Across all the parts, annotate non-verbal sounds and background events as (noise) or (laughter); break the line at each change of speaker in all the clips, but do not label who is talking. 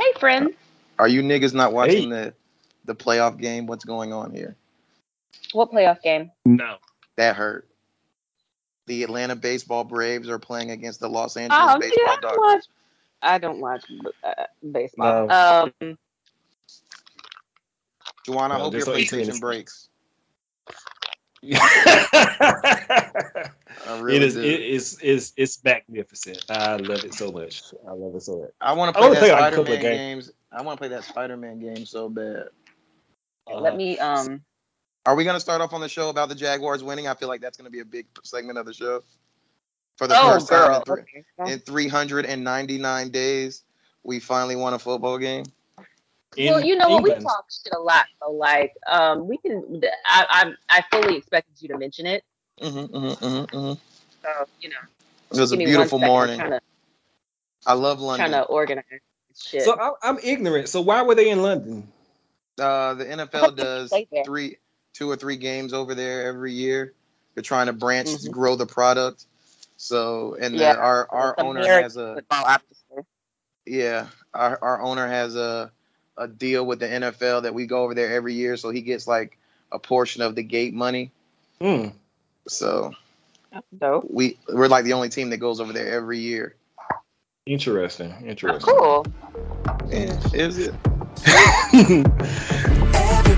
it, friend.
Are you niggas not watching the the playoff game? What's going on here?
What playoff game?
(laughs)
No.
That hurt. The Atlanta baseball Braves are playing against the Los Angeles
Oh, see,
baseball
I don't
Dodgers.
watch. I don't watch uh, baseball.
No.
Um,
Juwan, I
No,
hope your
there's no internet.
PlayStation breaks. I really
it is.
do.
It is. Is. It's magnificent. I love it so much. I love it so much.
I want to
I
play that
wanna play, like, a couple
Spider-Man
of
games. I want to play that Spider-Man game so bad. Uh,
let me. Um,
Are we going to start off on the show about the Jaguars winning? I feel like that's going to be a big segment of the show. For the
oh,
first
girl.
time in, three, in 399 days, we finally won a football game.
well,
Uh, In
you know what? We
England.
talked shit a lot. So like, um, we can. I, I, I fully expected you to mention it.
Mhm, mhm, mhm, mhm.
So you know,
It was a beautiful morning.
Kind of,
I love London.
kind of organized shit.
So I'm, I'm ignorant. So why were they in London?
Uh,
(laughs)
the NFL does
Play there.
three, two or three games over there every year. They're trying to branch,
Mhm.
grow the product. So, and
Yeah,
the, our our
it's
owner
American
has a
Football, obviously.
yeah, our our owner has a a deal with the NFL that we go over there every year, so he gets like a portion of the gate money.
Hmm.
So
That's dope.
we we're like the only team that goes over there every year.
Interesting. Interesting.
Cool.
Yeah, is it?
Everybody,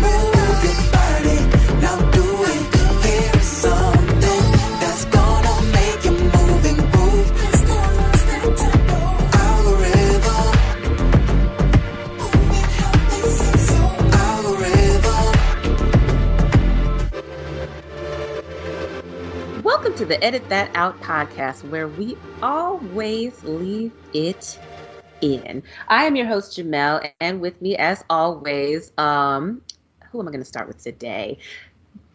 move your body. Now do it. Here is something that's gonna make you move and groove. Algorithm. Algorithm.
Welcome to the Edit That Out podcast, where we always leave it in. I am your host, Jamel, and with me, as always, um, who am I going to start with today?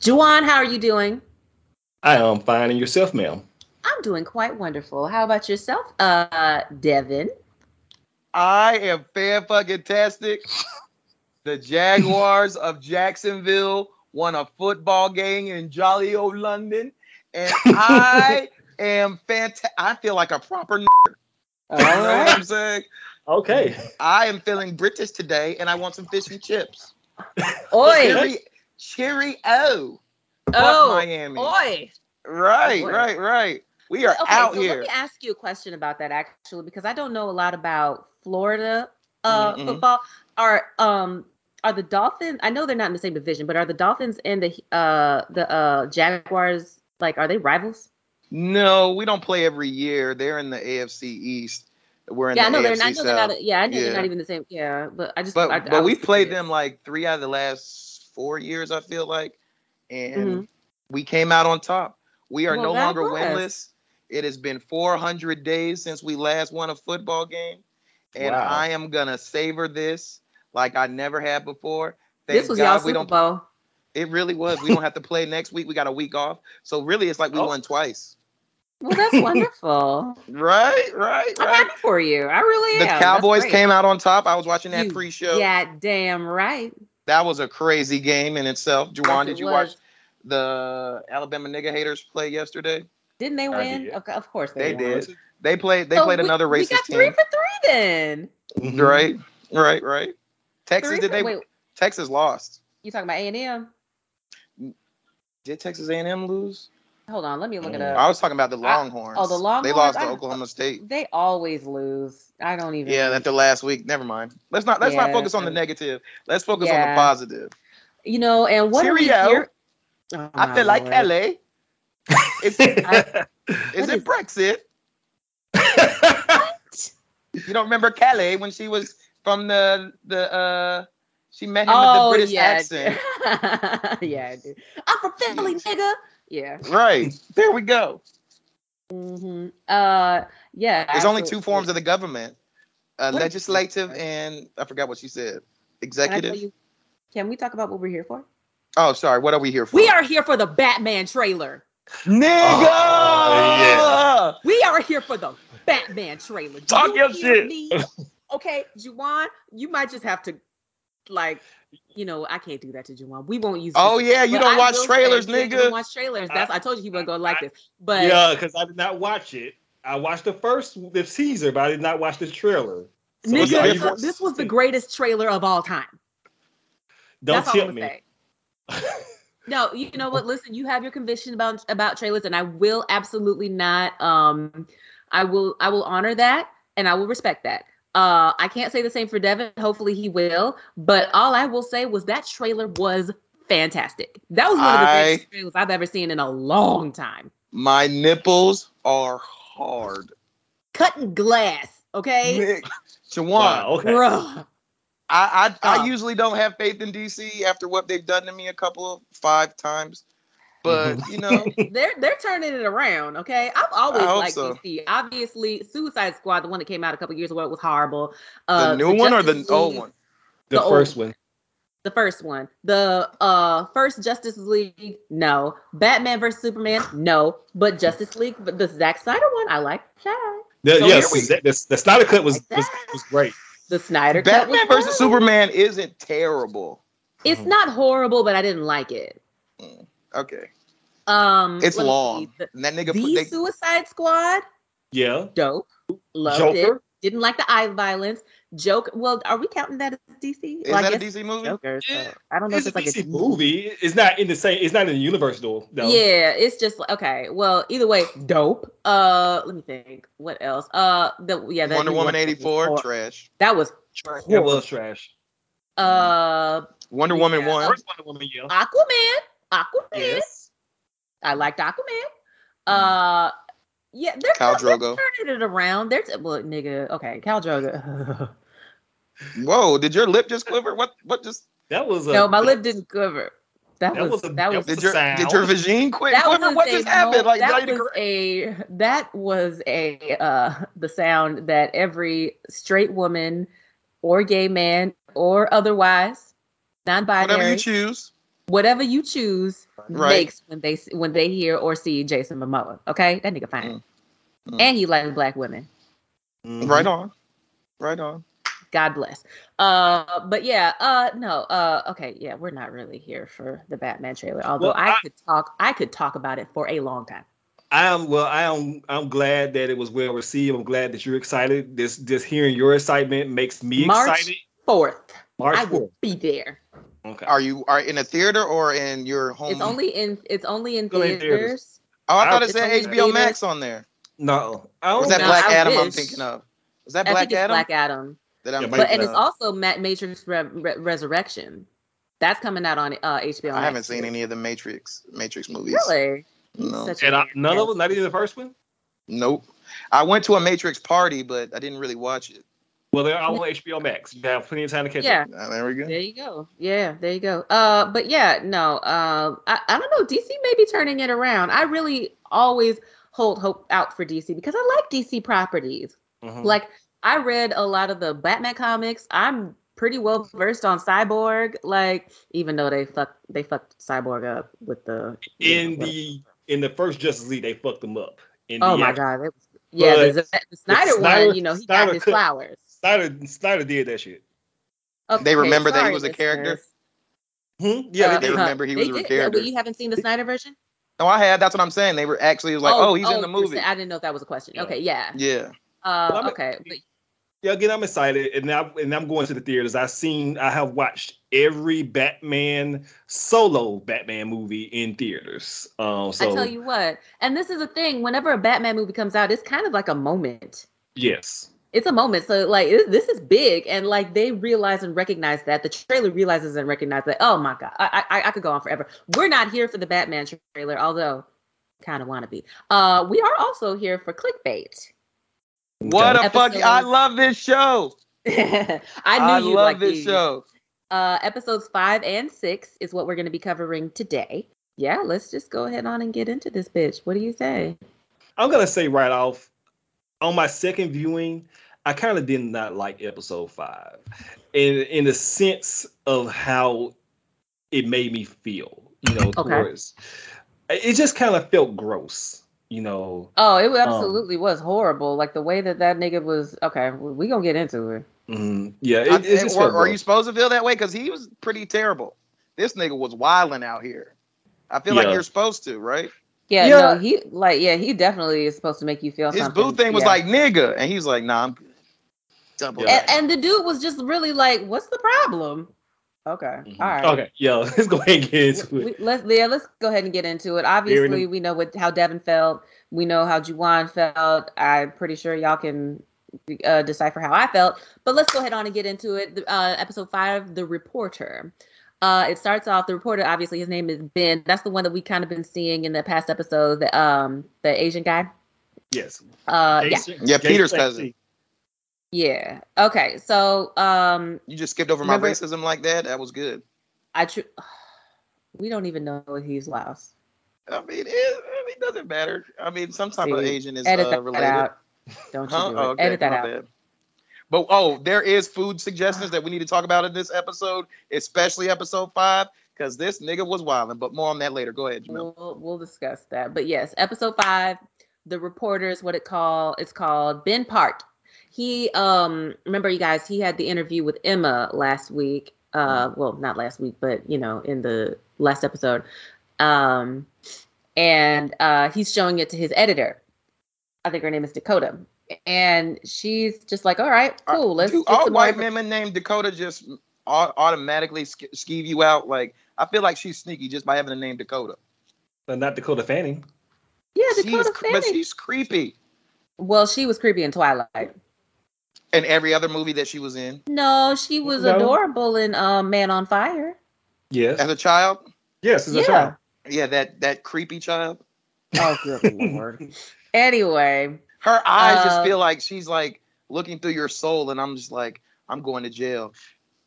Juwan, how are you doing?
I am finding yourself, ma'am.
I'm doing quite wonderful. How about yourself, uh, Devin?
I am fan fucking tastic. The Jaguars of Jacksonville won a football game in jolly old London, and
(laughs)
I am fantastic. I feel like a proper. N-
All
you know what
right.
I'm saying?
Okay.
I am feeling British today, and I want some fish and chips.
Oi.
Cheery, cheerio. Fuck
Oh.
Miami.
Oi.
Right,
Boy.
right, right. We are
Okay,
out
so
here.
let me ask you a question about that actually, because I don't know a lot about Florida uh,
Mm-mm.
football. Are um are the Dolphins? I know they're not in the same division, but are the Dolphins and the uh the uh Jaguars like are they rivals?
No, we don't play every year. They're in the AFC East. We're in
yeah, I
the
know
AFC
they're not. I know
South.
they're not. Yeah, I know
Yeah.
they're not even the same. Yeah, but I just
but
I, I
but
was
we played
confused.
them like three out of the last four years, I feel like, and
Mhm.
we came out on top. We are
Well,
no
that
longer
was.
winless. It has been 400 days since we last won a football game, and
Wow.
I am gonna savor this like I never have before. Thank
This was y'all
God we
Super
don't.
Bowl.
It really was. We don't have to play next week. We got a week off, so really, it's like we
Oh.
won twice.
Well,
(laughs)
that's wonderful.
Right, right,
I'm
right.
happy for you. I really
The
am. Oh, That's
Cowboys
great.
came out on top. I was watching that
You-
pre-show.
Yeah, damn right.
That was a crazy game in itself. Juwan,
Yes,
did
it
you
was.
watch the Alabama nigga haters play yesterday?
Didn't they
I
win?
did.
Okay, of course
They
they, won.
did. They played. They
So
played
we-
another
we
racist
got three
team.
for three then.
Mm-hmm.
Right, right, right. Texas
Three
did
for-
they?
wait,
Texas lost.
you talking about A and M?
Did Texas A&M lose?
Hold on, let me look it
Mm.
up.
I was talking about the Longhorns.
oh, the
They
Longhorns?
lost to
I-
Oklahoma State.
They always lose. I don't even.
Yeah, that the last week. Never mind. Let's not. Let's not
Yeah,
focus on the
so-
negative. Let's focus on the
Yeah.
positive.
you know, and what are
Cheerio.
we here? Oh,
I
my
feel like
Lord.
Kelly.
(laughs)
is, is
(laughs)
What
it
is-
Brexit? You don't remember Kelly when she was from the the uh she met him
Oh
with the British
yeah,
accent.
I do. (laughs) yeah, I do. I'm from Philly, nigga. Yeah.
Right. (laughs) There we go.
hmm Uh, yeah.
There's only two forms of the government. Uh,
What?
legislative and I forgot what she said. Executive.
Can, we talk about what we're here for?
oh, sorry. What are we here for?
We are here for the Batman trailer.
nigga.
Oh,
We are here for the Batman trailer. Do
Talk
you
your
hear
shit.
me? Okay, Juwan, you might just have to, like, you know, I can't do that to Juwan. We won't use.
Oh yeah, you
But
don't
I
watch
will say,
trailers,
yeah, You don't
nigga.
watch trailers. That's I, told you he wasn't gonna like this. But
yeah, because I did not watch it. I watched the first the teaser, but I did not watch the trailer. So
Nigga,
you- are
this,
you-
was- this was the greatest trailer of all time.
Don't
That's all I'm
tip
gonna
me.
say.
(laughs)
No, you know what? Listen, you have your conviction about about trailers, and I will absolutely not. Um, I will I will honor that, and I will respect that. Uh, I can't say the same for Devin. Hopefully, he will. But all I will say was that trailer was fantastic. That was one of the
I-
best trailers I've ever seen in a long time.
My nipples are hard.
Cutting glass,
(laughs)
okay,
Nick, Shawan,
Wow, okay.
Bruh.
I, I, I
Oh.
usually don't have faith in DC after what they've done to me a couple of five times. But
Mm-hmm.
you
(laughs)
know,
They're they're turning it around, okay. I've always
I hope
liked
so.
DC. Obviously, Suicide Squad, the one that came out a couple years ago, it was horrible. Uh,
the new one or the
Justice
old
League-
one?
The
The old-
first one.
the first one the uh first justice league no batman versus superman no but justice league but the Zack Snyder one i like that
The,
So
yes,
here we-
the, the, the Snyder cut was, was was great.
the Snyder Cut was
Batman versus
good.
Superman isn't terrible.
it's not horrible but i didn't like it
Okay,
um
it's
let me
long.
see. the,
And that nigga
The
put they,
suicide squad
Yeah,
dope loved it
Joker.
didn't like the eye violence joke well are we counting that as dc
is
Well, I
that a
guess
DC movie?
Joker, so
Yeah.
i don't know
It's a
if it's like a
DC movie. It's not in the same. It's not in the universe though. though.
Yeah, it's just like- okay. Well, either way, dope. Uh, let me think. What else? Uh, the yeah, that
Wonder
new
Woman
one was
eighty four
hor-
trash.
That was
trash. It was trash.
uh
Wonder Woman
Yeah.
one.
First Wonder Woman. Yeah.
Aquaman. Aquaman.
Yes.
I liked Aquaman. Uh, yeah, they're,
Khal
they're
Drogo.
turning it around. They're t- well, nigga. Okay, Cal Drogo. (laughs)
Whoa, did your lip just quiver? What? What just?
That was a,
no, my lip didn't quiver. That,
That
was,
was a-
that
that
was
was
Did your did your
Sound.
vagine quit?
that
quiver?
was
What
a
just
mo-
happened? Like
that
y'all need to
was
correct-
a that was a uh the sound that every straight woman or gay man or otherwise non-binary
whatever
whatever
you
you,
choose.
choose
Right.
makes when they when they hear or see Jason Momoa. Okay, that nigga fine,
Mm. Mm.
and he likes black women.
Mhm.
Right on, right on.
God bless. Uh, but yeah, uh, no, uh, okay, yeah, we're not really here for the Batman trailer. Although
Well,
I,
I-
could talk, I could talk about it for a long time.
I'm well. I'm I'm glad that it was well received. I'm glad that you're excited. This this hearing your excitement makes me
March
excited.
Fourth,
March
I will
fourth.
be there.
Okay.
Are you are in a theater or in your home?
It's only in it's only in
Still in
theaters.
theaters.
oh, I thought it
it's
said
only
HBO
theaters.
Max on there.
Oh, No, I
Or
don't.
is that
No,
Black
I
Adam? I'm
wish.
thinking of. Is that
I
Black
think it's
Adam?
Black Adam,
That I'm
Yeah,
thinking
but and it's
of?
also Matt Matrix Re- Re- Resurrection. That's coming out on uh, HBO.
I haven't
Max.
seen any of the Matrix Matrix movies.
Really?
No.
Such a
and I,
weird
none
man.
of them. Not even the first one.
Nope. I went to a Matrix party, but I didn't really watch it.
Well, they're all on HBO Max. You have plenty of time to catch
Yeah,
up.
Uh, there we go.
there you go. Yeah, there you go. Uh, but yeah, no. Uh, I, I don't know. DC may be turning it around. I really always hold hope out for DC because I like DC properties.
Mhm.
Like I read a lot of the Batman comics. I'm pretty well versed on Cyborg. Like even though they fuck they fucked Cyborg up with the you know,
in
what-
the in the first Justice League, they fucked them up. In
oh
the
my
act-
god, it was, yeah, the, Z- the Snyder,
Snyder-
one. You know he
Snyder
got his
cut-
flowers.
Snyder Snyder did that shit.
They remember that he
sorry,
was a character?
listeners.
Hmm? Yeah,
Uh,
they
did.
huh,
remember he was a
did.
character.
Well, you haven't seen the Snyder version?
No, I had. That's what I'm saying. They were actually it was like, oh, he's in the
you're
movie.
saying- I didn't know if that was a question.
Yeah.
Okay, yeah.
yeah.
Uh,
Well, I'm-
okay, but
Yeah, again, I'm excited, and I'm and I'm going to the theaters. I've seen, I have watched every Batman solo Batman movie in theaters. Um, so
I tell you what, and this is a thing. Whenever a Batman movie comes out, it's kind of like a moment.
yes,
it's a moment. So like it, this is big, and like they realize and recognize that the trailer realizes and recognizes that. Oh my god, I I, I could go on forever. We're not here for the Batman trailer, although kind of want to be. Uh, we are also here for clickbait. (laughs)
What
Okay.
a fuck!
Episode-
I love this show.
I knew
I,
you
love
like
this
these.
show.
Uh, episodes five and six is what we're going to be covering today. Yeah, let's just go ahead on and get into this bitch. What do you say?
I'm gonna say right off, on my second viewing, I kind of did not like episode five, in in the sense of how it made me feel. You know,
Okay.
towards it just kind of felt gross. You know,
Oh, it
Um,
absolutely was horrible. Like the way that that nigga was. Okay, we we gonna get into it.
Mhm. yeah, it,
I-
it just
or-
felt
are
gross.
you supposed to feel that way? Because he was pretty terrible. This nigga was wilding out here. I feel like
Yeah.
you're supposed to, right?
Yeah,
Yeah.
no, he like yeah, he definitely is supposed to make you feel
His
something.
boo thing was
Yeah.
like nigga, and he was like, "Nah, I'm good." Double.
Yeah.
And, and the dude was just really like, "What's the problem?" Okay,
Mhm.
Mm-hmm.
all right.
Okay, yo, (laughs) let's go ahead and get into
We,
it.
let's yeah, let's go ahead and get into it.
Here in
Obviously,
the-
we know what how Devin felt. We know how Juwan felt. I'm pretty sure y'all can uh, decipher how I felt. But let's go ahead on and get into it. The, Uh, episode five, the reporter. Uh, it starts off the reporter. Obviously, his name is Ben. That's the one that we kind of been seeing in the past episodes. The um the Asian guy.
Yes.
Uh, yeah,
Jason-
Yeah, Peter's
Jason-
cousin.
yeah. Okay, so um,
You just skipped over my
Remember-
racism like that. That was good.
I tr- (sighs) we don't even know if he's Laos.
I mean, it, I mean, it doesn't matter. I mean, some type of
See,
Asian is
Edit
uh,
that
related.
out. Don't you
Huh?
do it.
Oh, okay,
Edit that
my
out.
bad. But oh, there is food suggestions that we need to talk about in this episode, especially episode five, because this nigga was wilding. But more on that later. Go ahead, Jamil.
We'll, we'll discuss that. But yes, episode five, the reporter is what it call it's called Ben Part. He um remember you guys, he had the interview with Emma last week. Uh
Mm-hmm.
well not last week, but you know, in the last episode. Um and uh he's showing it to his editor. I think her name is Dakota. And she's just like, All right,
Are-
cool, let's
Do
get
Uh, all
some more
white
info-
women named Dakota just au- automatically sk- skeeve you out? Like, I feel like she's sneaky just by having the name Dakota.
Uh, Not Dakota Fanning.
Yeah,
She's,
Dakota
but
Fanning.
she's creepy
Well, she was creepy in Twilight.
in every other movie that she was in
No, she was
No.
adorable in um, Man on Fire.
Yes.
as a child.
Yes, as a
Yeah.
child.
Yeah, that that creepy child.
Oh, good lord. Anyway,
Her eyes just
Uh,
feel like she's like looking through your soul, and I'm just like, I'm going to jail.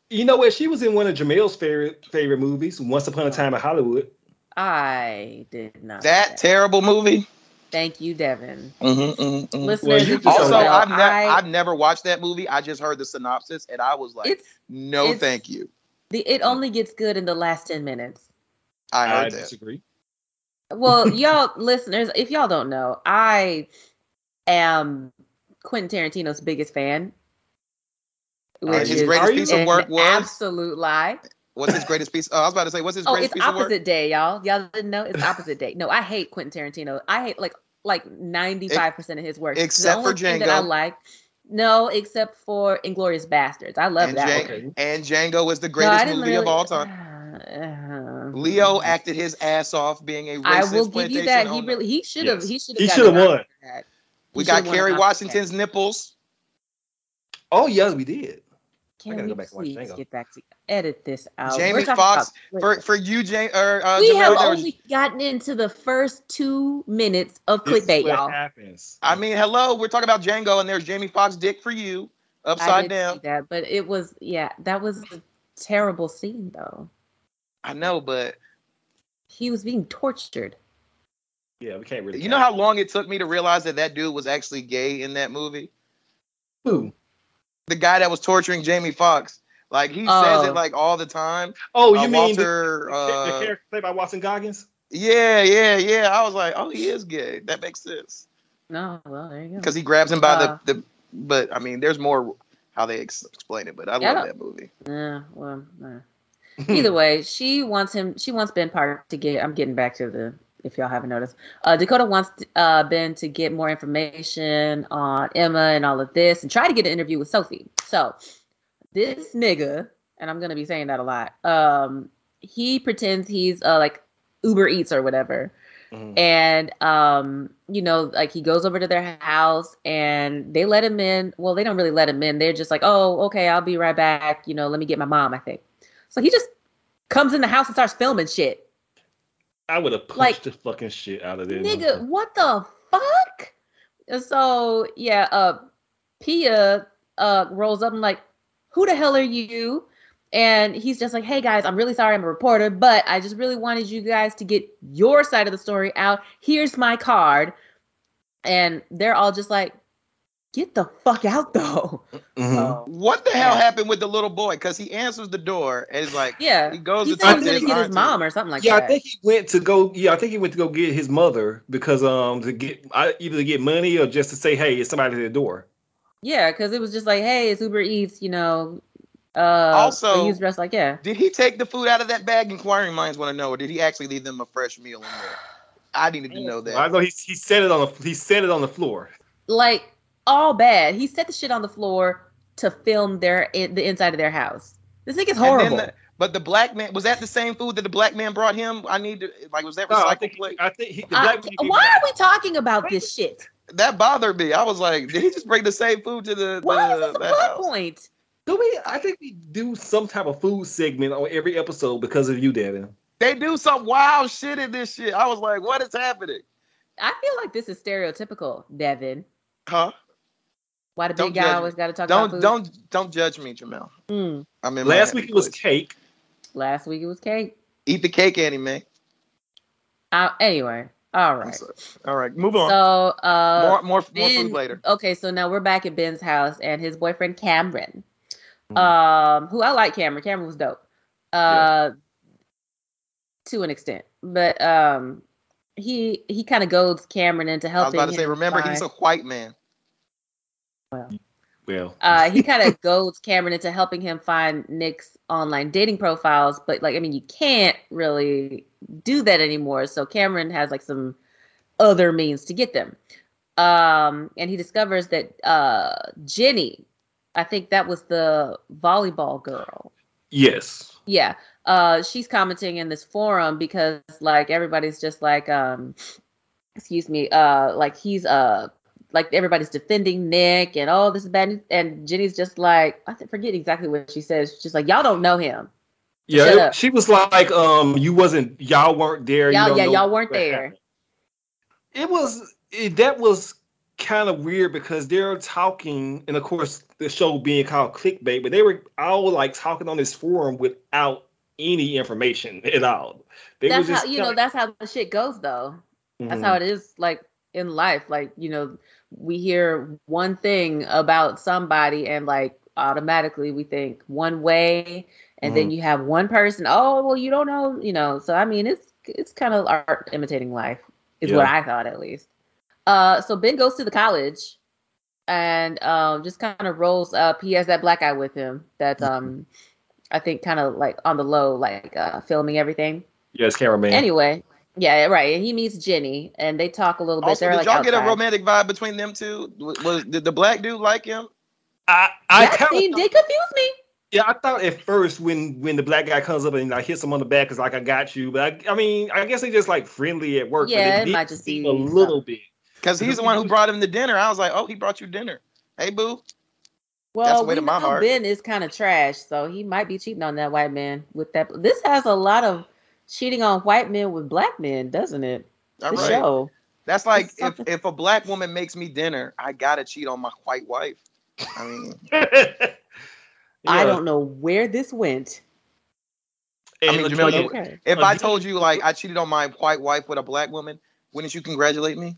You know what? She was in one of Jamel's favorite favorite movies, Once Upon a Time in Hollywood.
I did not.
That
say
terrible movie.
Thank you, Devin.
Mhm, mhm, mhm.
Listeners,
Well, you
if
can
don't
say
Also,
that.
know,
I've, ne-
I-
I've never watched that movie. I just heard the synopsis, and I was like,
it's
no,
it's-
thank you.
the it only gets good in the last ten minutes.
I
I,
heard that.
disagree.
Well, y'all listeners, if y'all don't know, I am Quentin Tarantino's biggest fan.
And
Which
Uh, his
is
great-
greatest
Are you-
piece of
an
work was
absolute lie.
what's his greatest piece? Oh, I was about to say, what's his
Oh, it's
greatest piece of work?
opposite day, y'all. Y'all didn't know it's opposite day. No, I hate Quentin Tarantino. I hate like like ninety five percent of his work.
except
the only
for
thing that I
Django.
like. No, except for Inglorious Bastards. I love
And
that.
Django.
one.
Okay.
And Django is the
No, I
greatest
didn't
movie
really, um,
of all time.
(sighs)
Leo acted his ass off being a racist.
I will give you
plantation
that. He
owner.
really he should have
Yes.
he should have
He should've won.
we got Kerry Washington's nipples.
Oh yes, we did.
Can
I gotta
we
go back and watch
please
Django.
get back to edit this out?
Jamie
We're talking
Foxx
about-
For for you, Jane, or uh,
we
Jamel,
have
there was-
only gotten into the first two minutes of
This is
clickbait,
what
y'all.
Happens.
I mean, hello, we're talking about Django, and there's Jamie Foxx dick for you,
I
upside
did
down.
see that, but it was yeah, that was a terrible scene though.
I know, but
He was being tortured.
yeah, we can't really.
you know how long it took me to realize that that dude was actually gay in that movie?
Who?
The guy that was torturing Jamie Foxx. Like he says
Oh.
it like all the time.
Oh, you
Uh,
mean
Walter?
the,
uh,
the character played by Watson Goggins?
yeah, yeah, yeah. I was like, oh, he is gay. That makes sense
No, Oh, well there you go.
because he grabs him by
Uh.
the the. But I mean, there's more how they ex- explain it. But I
Yeah, I
love
don't-
that movie.
Yeah, well, (laughs) nah. either way, she wants him. She wants Ben Park to get. I'm getting back to the. If y'all haven't noticed, uh, Dakota wants uh, Ben to get more information on Emma and all of this, and try to get an interview with Sophie. So, this nigga, and I'm gonna be saying that a lot. Um, he pretends he's uh, like Uber Eats or whatever,
Mhm.
and um you know like he goes over to their house and they let him in well they don't really let him in they're just like oh okay i'll be right back you know let me get my mom i think so he just comes in the house and starts filming shit
I would have punched
Like-
the fucking shit out of this.
nigga what the fuck And so yeah uh pia uh rolls up and like who the hell are you and he's just like hey guys i'm really sorry i'm a reporter but i just really wanted you guys to get your side of the story out here's my card and they're all just like get the fuck out though
Mm-hmm.
Mhm.
So,
What the hell
Yeah.
happened with the little boy? Because he answers the door and he's like,
yeah
he goes
he
to
said he
talk
was
to
gonna
his
get his
auntie.
mom or something like
yeah,
that
I think he went to go. Yeah, I think he went to go get his mother because um to get I, either to get money or just to say, hey, it's somebody at the door.
yeah because it was just like hey it's uber eats you know uh
Also-
he was dressed like yeah
Did he take the food out of that bag? Inquiring minds want to know, or did he actually leave them a fresh meal in there? I needed to know
I
that.
know he he said it on the he said it on the floor.
like all bad. He set the shit on the floor, to film their in, the inside of their house. This nigga's
And then
horrible.
the- but the black man was that the same food that the black man brought him? I need to like was that
No, I
recycled
think
plate?
I think he, the
I-
black man gave
why
him-
are we talking about this shit?
That bothered me. I was like, did he just bring the same food to the?
Why is
the,
this a
that
plot
house?
point?
Do we? I think we do some type of food segment on every episode because of you, Devin.
They do some wild shit in this shit. I was like, what is happening?
I feel like this is stereotypical, Devin.
Huh?
Why the
Don't
big guy
judge me.
always got to talk
Don't
about food?
don't don't judge me, Jamel.
Mm,
I mean,
Last week it was cake.
last week it was cake.
eat the cake, Annie man.
Uh, anyway, all
I'm
right.
sorry. All right, move on.
So uh,
more more, more
Ben-
food later.
Okay, so now we're back at Ben's house and his boyfriend Cameron,
Mm-hmm.
Mhm.
um, who I like. Cameron, Cameron was dope, uh, to an extent, but um, he he kind of goads Cameron into
I was
helping.
about to say,
him
remember
find-
he's a white man.
Well,
uh, he kind of (laughs) goads Cameron into helping him find Nick's online dating profiles, but like, I mean, you can't really do that anymore. So Cameron has like some other means to get them. Um, and he discovers that uh, Jenny, I think that was the volleyball girl.
yes.
Yeah. Uh she's commenting in this forum because like everybody's just like um excuse me, uh like he's uh like everybody's defending Nick and all this is bad news. and Jenny's just like I th- forget exactly what she says. She's just like y'all don't know him.
Yeah,
Shut
it-
up.
she was like, um, you wasn't, y'all weren't there. you
Y'all-
don't
yeah,
know
y'all weren't
what
there.
happened. It was it, that was kind of weird because they're talking, and of course the show being called clickbait, but they were all like talking on this forum without any information at all. They
that's
were just
how you know
kinda-
that's how the shit goes though. That's
Mhm.
how it is like in life like you know we hear one thing about somebody and like automatically we think one way and then you have one person oh well you don't know you know so i mean it's it's kind of art imitating life is what i thought at least uh so ben goes to the college and um just kind of rolls up he has that black guy with him that's um i think kind of like on the low like uh filming everything
yes, cameraman.
Anyway, yeah, right. And he meets Jenny, and they talk a little bit.
Also,
They're
did
like
y'all get a
outside.
romantic vibe between them two? Was, was did the black dude like him?
I, I
That
kind
scene
of
did confuse me.
Yeah, I thought at first when when the black guy comes up and like hits him on the back, it's like I got you. But I, I mean, I guess they just like friendly at work.
Yeah,
but
it
did
might just
seem
be
a little bit. (laughs)
Because he's the one who brought him to dinner. I was like, oh, he brought you dinner. Hey, boo.
Well,
way
we
to my
know
heart.
Ben is kind of trash, so he might be cheating on that white man with that. This has a lot of cheating on white men with black men, doesn't it?
All
The
right.
show.
That's like
It's
if,
something-
if a black woman makes me dinner, I gotta cheat on my white wife. I mean,
(laughs)
I
Yeah,
don't know where this went.
and
I mean,
look,
Jamel,
you know,
you-
Okay.
if I told you like I cheated on my white wife with a black woman, wouldn't you congratulate me?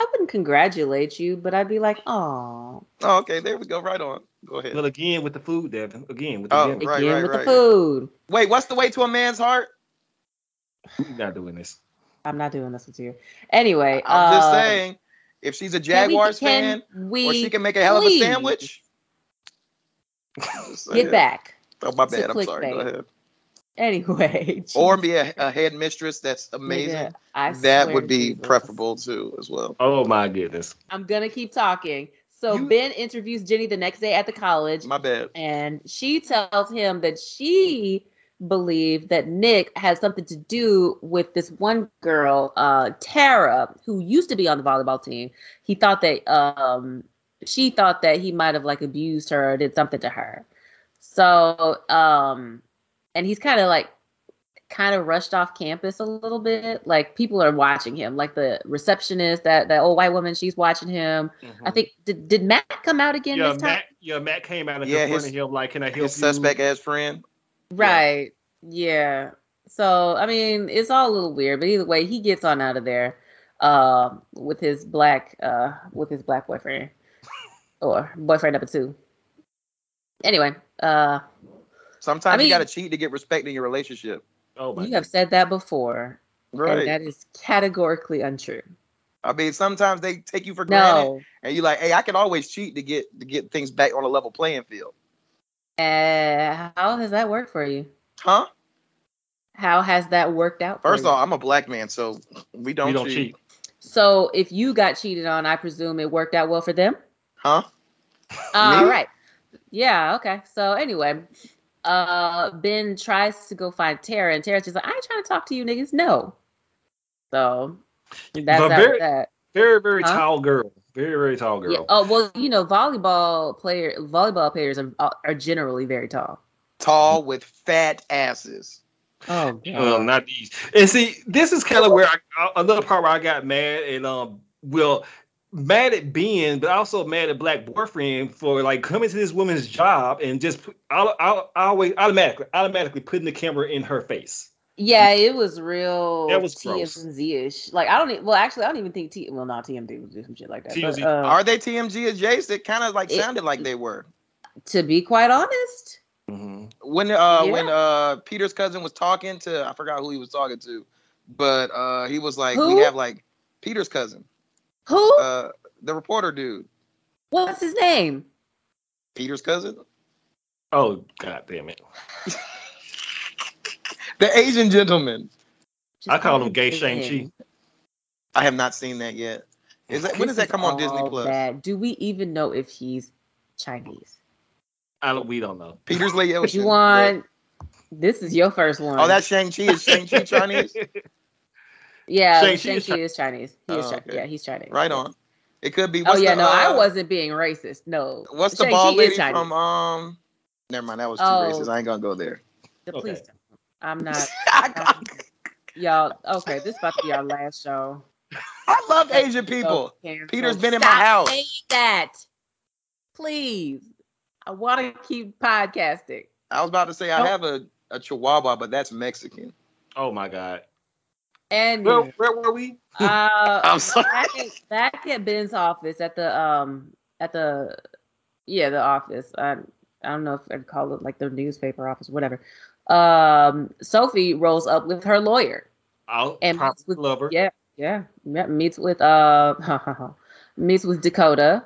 I wouldn't congratulate you, but I'd be like, oh,
Oh, okay, there we go. Right on. Go ahead.
well, again with the food, Devin. Again with the
Oh,
dinner.
again
Right, right,
with
right.
the food.
Wait, what's the way to a man's heart?
We're not doing this.
I'm not doing this with you. Anyway,
I'm just
uh,
saying, if she's
can
a
we-
Jaguars
can
fan,
we
or she can make a hell of a
please
sandwich. (laughs) Just saying.
get back. (laughs)
Oh, my
to
bad. I'm sorry. Go
clickbait.
ahead.
Anyway,
Or be a, a head mistress. That's amazing.
Nigga, I
that
swear
would
to
be
Jesus.
preferable too, as well.
Oh my goodness.
I'm gonna keep talking. So
You-
Ben interviews Jenny the next day at the college,
My bad.
and she tells him that she believed that Nick had something to do with this one girl, uh, Tara, who used to be on the volleyball team. He thought that um, she thought that he might have like abused her or did something to her. So, um, and he's kind of like kind of rushed off campus a little bit. Like people are watching him. Like the receptionist, that that old white woman, she's watching him.
Mm-hmm.
I think did, did Matt come out again
yeah,
this time?
Matt. Yeah, Matt came out and
Yeah,
confronted
his-
him like, "Can I help you?"
His suspect ass friend.
Right. Yeah. So I mean, it's all a little weird, but either way, he gets on out of there um, with his black uh, with his black
(laughs)
boyfriend or boyfriend number two. Anyway, uh,
Sometimes
I mean-
you gotta cheat to get respect in your relationship.
Oh my.
you have said that before,
Right.
and that is categorically untrue.
I mean, sometimes they take you for granted,
No,
and you're like, "Hey, I can always cheat to get to get things back on a level playing field."
uh, how has that worked for you?
Huh?
How has that worked out? for
First
you?
off, I'm a black man, so we don't,
you don't
cheat.
cheat.
so if you got cheated on, I presume it worked out well for them.
Huh?
All
Me?
right. Yeah, okay. So anyway, uh Ben tries to go find Tara, and Tara's just like, I ain't trying to talk to you niggas. No. So that's
But
that
very,
with that.
very, very
Huh?
tall girl. Very, very tall girl.
Yeah. Oh well, you know, volleyball player volleyball players are are generally very tall.
Tall with fat asses.
Oh
Well, Um, not these. And see, this is kind of where I, another part where I got mad and um, well, mad at Ben, but also mad at Black boyfriend for like coming to this woman's job and just put- I I I always automatically automatically putting the camera in her face.
Yeah, it was real
That was gross.
TMZ ish. Like I don't e- well actually I don't even think T well not TMZ would do some shit like that. but,
TMZ.
uh,
Are they TMG adjacent? Kind of like
It-
sounded like they were.
to be quite honest,
When uh
Yeah.
when uh Peter's cousin was talking to I forgot who he was talking to, but uh he was like,
Who?
We have like Peter's cousin,
who?
uh the reporter dude.
What's his name?
Peter's cousin?
Oh god damn it!
The Asian gentleman.
I call him
him
Gay
Ben.
Shang Chi.
I have not seen that yet. Is that when does
This
that come on Disney
all
Plus?
bad. Do we even know if he's Chinese?
I don't. We don't know.
Peter's Lee
But
Ocean.
you want this is your first one.
Oh, that's Shang Chi. Is Shang Chi
(laughs)
Chinese?
yeah.
Shang-Chi
Shang
is
Chi is, Chinese. He is
Oh,
Chi-
okay.
yeah, he's Chinese.
right on. It could be.
oh
what's
yeah,
the,
no, I
uh,
wasn't being racist. No.
What's the
Shang-Chi
ball
is
lady
Chinese.
from? Um, never mind. That was too
Oh.
racist. I ain't gonna go there. (laughs)
The-
Okay.
Please, don't. I'm not. I'm- y'all, okay, this is about to be our last show.
I love
(laughs) Oh.
Asian people.
Canceled.
Peter's been in my
Stop
house.
saying that, please. I want to keep podcasting.
I was about to say I have a, a Chihuahua, but that's Mexican.
Oh my god.
And
Where, where were we?
uh,
I'm sorry.
back, at, back at Ben's office at the um at the yeah the office. I I don't know if I'd call it like the newspaper office, whatever. Um, Sophie rolls up with her lawyer.
I'll
And
probably
with-
love her.
Yeah, yeah, yeah. Meets with uh (laughs) meets with Dakota,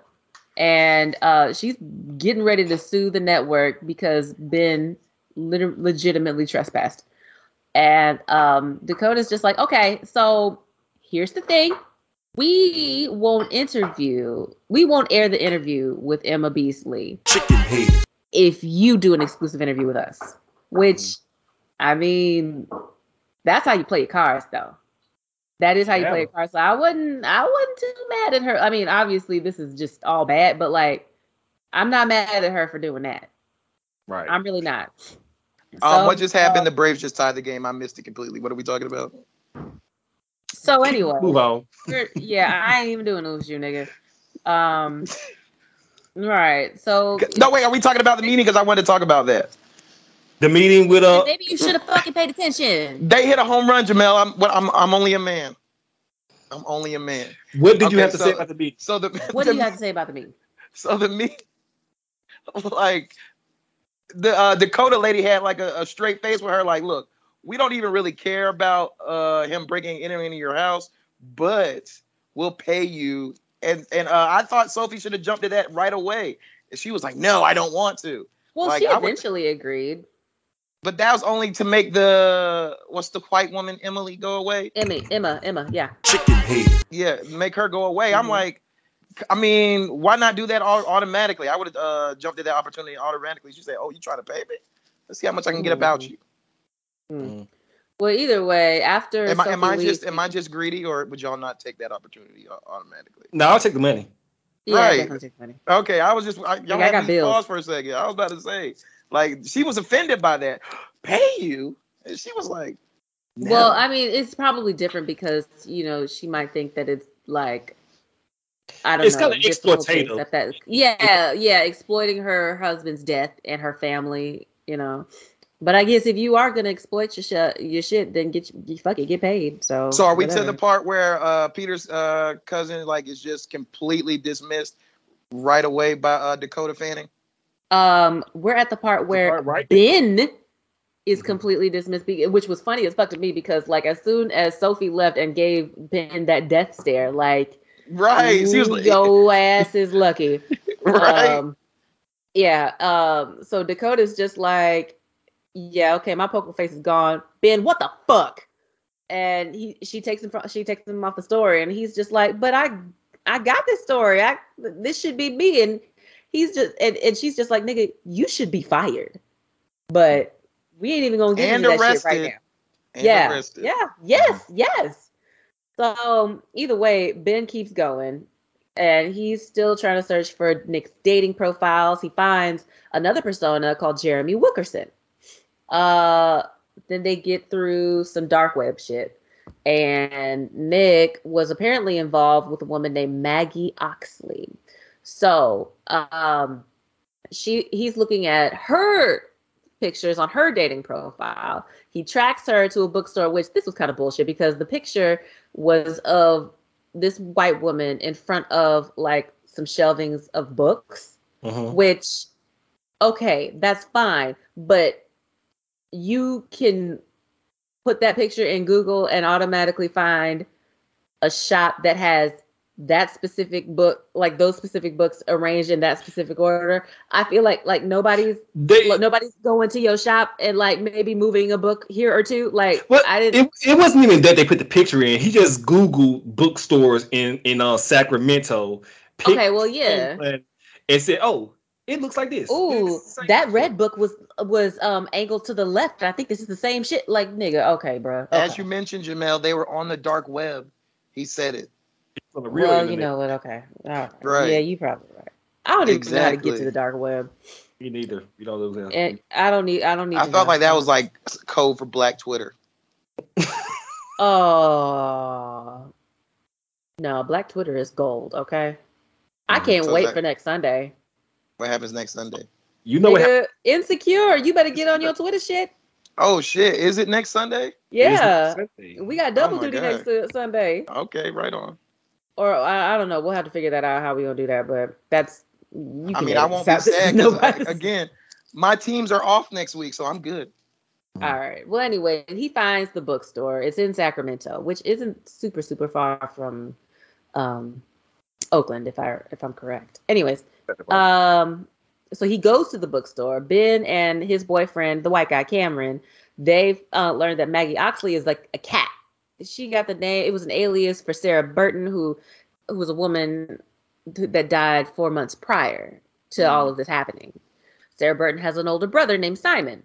and uh she's getting ready to sue the network because Ben lit- legitimately trespassed, and um Dakota's just like, okay, so here's the thing. We won't interview, we won't air the interview with Emma Beasley
Chicken head.
if you do an exclusive interview with us. Which, I mean, that's how you play your cards, though. That is how you
Yeah.
play your cards. So I wouldn't, I wasn't too mad at her. I mean, obviously, this is just all bad, but like, I'm not mad at her for doing that.
Right.
I'm really not.
Um,
So-
what just happened? the Braves just tied the game. I missed it completely. What are we talking about?
So anyway,
Move on.
You're- yeah, I ain't even doing it with you, nigga. Um, right.
(laughs)
So
No, wait. Are we talking about the meeting? Because I wanted to talk about that.
The meeting with uh.
maybe you should have fucking paid
(laughs)
attention.
They hit a home run, Jamel. I'm what? I'm I'm only a man. I'm only a man.
What did
Okay,
you have to
so-
say about the meeting?
So the (laughs)
What do
the-
you have to say about the meeting?
So the me, (laughs) like the uh, Dakota lady had like a, a straight face with her. Like, look, we don't even really care about uh, him breaking and entering into your house, but we'll pay you. And and uh, I thought Sophie should have jumped to that right away. And she was like, no, I don't want to.
Well,
Like,
she
I would-
eventually agreed.
But that was only to make the what's the white woman Emily go away.
Emma, Emma, Emma. Yeah.
Chicken head.
Yeah, make her go away. I'm
Mhm.
like, I mean, why not do that all automatically? I would have uh, jumped at that opportunity automatically. She said, "Oh, you trying to pay me? Let's see how much I can get about you."
Well, either way, after
Am I, am I
Sophie
just
leaves-
am I just greedy, or would y'all not take that opportunity au- automatically?
No, I'll take the money.
yeah,
right.
definitely take money.
Okay, I was just I, y'all
I
had
got
me
bills.
pause for a second. I was about to say, like, she was offended by that. (gasps) pay you? And she was like, "No."
Well, I mean, it's probably different because you know she might think that it's like I don't
It's
know,
kinda
difficult to
exploitative.
accept that- Yeah, yeah, exploiting her husband's death and her family, you know. But I guess if you are gonna exploit your shit, your shit, then get you fuck it, get paid. So
So are we to
whatever.
the part where uh, Peter's uh, cousin like is just completely dismissed right away by uh, Dakota Fanning?
Um, we're at the part where
All right.
Ben is
Mhm.
Mm-hmm.
completely dismissed, be- which was funny as fuck to me because, like, as soon as Sophie left and gave Ben that death stare, like,
Right. She was
"Ooh,
like,
your ass is lucky.
(laughs) right.
Um, yeah. Um, so Dakota's just like, yeah, okay, my poker face is gone. Ben, what the fuck? And he, she takes him, from, she takes him off the story, and he's just like, but I, I got this story. I, this should be me. And He's just and, and she's just like, nigga, you should be fired. But we ain't even gonna give
And
you that shit right
arrested.
now.
And
yeah.
arrested. Mm-hmm.
Yeah. Yes. Yes. So um, either way, Ben keeps going, and he's still trying to search for Nick's dating profiles. He finds another persona called Jeremy Wilkerson. Uh, then they get through some dark web shit, and Nick was apparently involved with a woman named Maggie Oxley. So um, she he's looking at her pictures on her dating profile he tracks her to a bookstore which this was kind of bullshit because the picture was of this white woman in front of like some shelvings of books
Mhm.
which okay that's fine but you can put that picture in google and automatically find a shop that has that specific book like those specific books arranged in that specific order i feel like like nobody's
They,
Look, nobody's going to your shop and like maybe moving a book here or two. Like
Well,
I didn't.
it, it wasn't even that they put the picture in. He just Googled bookstores in in uh, Sacramento. picked
okay, well, yeah.
one, And said, "Oh, it looks like this."
Ooh, that red book was was um angled to the left. I think this is the same shit. Like nigga, okay, bro.
As you mentioned, Jamel, they were on the dark web. He said it.
For the real
well, you
internet.
know what? Okay, All right.
Right.
Yeah, you probably right. I don't even know how to get to
Exactly.
the dark web,
Me neither. You know what I'm saying?
and I don't need. I don't need.
I
to
felt
know.
like that was like code for Black Twitter.
Oh no, Black Twitter is gold. Okay, I
Mhm,
can't
so
wait
that-
for next Sunday.
What happens next Sunday?
You know what
Nigga,
happened?
insecure. You better get on your Twitter shit.
Oh shit! Is it next Sunday?
Yeah.
We,
We got double
Oh my
duty
God.
next to Sunday,
Okay, right on.
or I, I don't know. We'll have to figure that out how we gonna do that. But that's you. Can
I mean,
edit
I
this
won't
(laughs)
be
out. This is
sad. 'cause I-
nobody's-
again, my teams are off next week, so I'm good.
(laughs) All right. Well, anyway, he finds the bookstore. It's in Sacramento, which isn't super super far from um, Oakland, if I if I'm correct. Anyways, um, so he goes to the bookstore. Ben and his boyfriend, the white guy Cameron, they've uh, learned that Maggie Oxley is like a cat. She got the name. It was an alias for Sarah Burton, who who was a woman th- that died four months prior to
Mhm.
all of this happening. Sarah Burton has an older brother named Simon.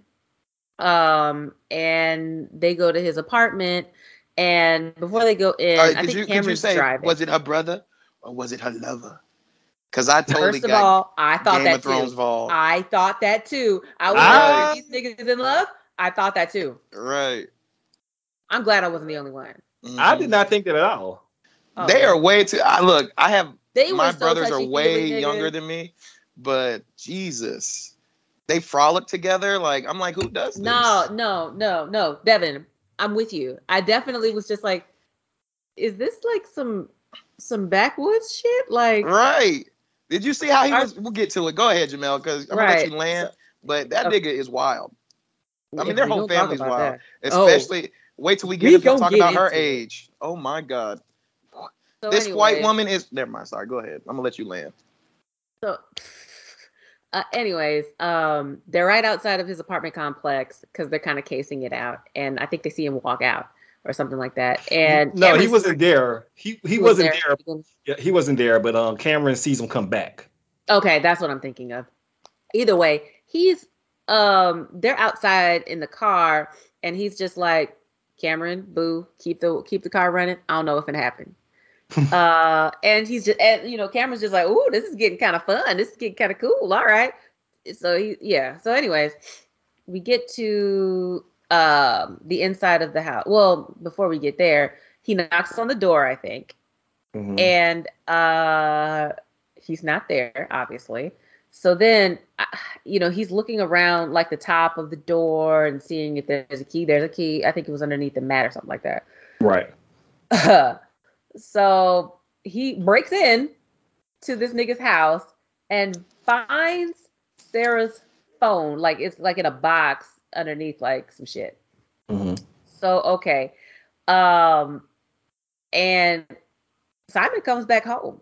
Um, and they go to his apartment, and before they go in,
All right,
I
could
think
Uh, you could you
Cameron's
say
driving.
was it her brother or was it her lover? Because I totally
First of
got
all, I thought
Game
that
of
too. Ah.
Thrones involved.
I thought that too. I was
Ah.
like, these niggas in love. I thought that too.
Right.
I'm glad I wasn't the only one.
I
Mhm.
Mm-hmm.
did not think that at all.
Oh.
They are way too. I look. I have
They
my
were so
brothers are
touchy-feely,
way
nigga.
younger than me, but Jesus, they frolic together. Like I'm like, who does this?
No, no, no, no, Devin. I'm with you. I definitely was just like, is this like some some backwoods shit? Like,
right? Did you see how he
Are-
was? We'll get to it. Go ahead, Jamel, because I'm gonna
Right. Oh.
let you land. But that
Okay.
nigga is wild, I mean,
if
their
we don't
whole
talk
family's
about
wild.
that- Oh.
especially. Wait till we get
We
into
gonna
talking
get
about her
into it.
age. Oh my God,
So
this white
anyway,
woman is. Never mind. Sorry. Go ahead. I'm gonna let you land.
So, uh, anyways, um, they're right outside of his apartment complex because they're kind of casing it out, and I think they see him walk out or something like that. And
no, he
Cameron's-
wasn't there. He he
was
wasn't there.
there.
Yeah, he wasn't there. But um, Cameron sees him come back.
Okay, that's what I'm thinking of. Either way, he's um they're outside in the car and he's just like, Cameron, boo, keep the keep the car running. I don't know if it
(laughs)
happened. uh and he's just and you know, Cameron's just like, ooh, this is getting kind of fun. This is getting kind of cool. All right. So he yeah. So anyways, we get to um the inside of the house. Well, before we get there, he knocks on the door, I think
Mhm.
and uh he's not there obviously so then I- you know he's looking around like the top of the door and seeing if there's a key there's a key i think it was underneath the mat or something like
right.
that (laughs) so he breaks in to this nigga's house and finds sarah's phone like it's like in a box underneath like some shit
Mhm.
so okay. Um and Simon comes back home.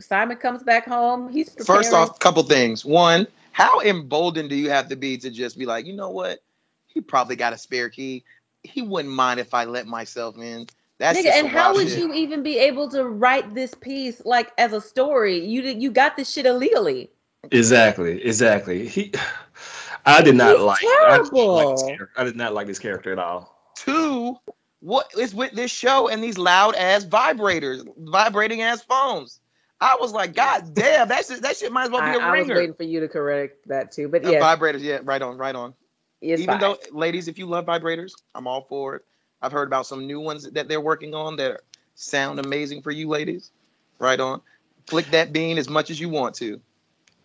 Simon comes back home. He's
First
preparing-
off, couple things. One, how emboldened do you have to be to just be like, you know what? He probably got a spare key. He wouldn't mind if I let myself in. That's
Nigga,
just
and
some
how
wild
would
shit.
you even be able to write this piece like as a story? You did- you got this shit illegally.
Exactly, exactly. He, (sighs) I did not
He's
like. I did not like, this
terrible.
character. I did not like this character at all.
Two, what is with this show and these loud ass vibrators, vibrating ass phones? I was like, God damn, that shit, that shit might as well
I,
be a
I was
ringer.
waiting for you to correct that too, but
Uh,
yeah,
Vibrators, yeah, right on, right on.
it's
Even
fine.
though, ladies, if you love vibrators, I'm all for it. I've heard about some new ones that they're working on that sound amazing for you, ladies. Right on. Flick that bean as much as you want to.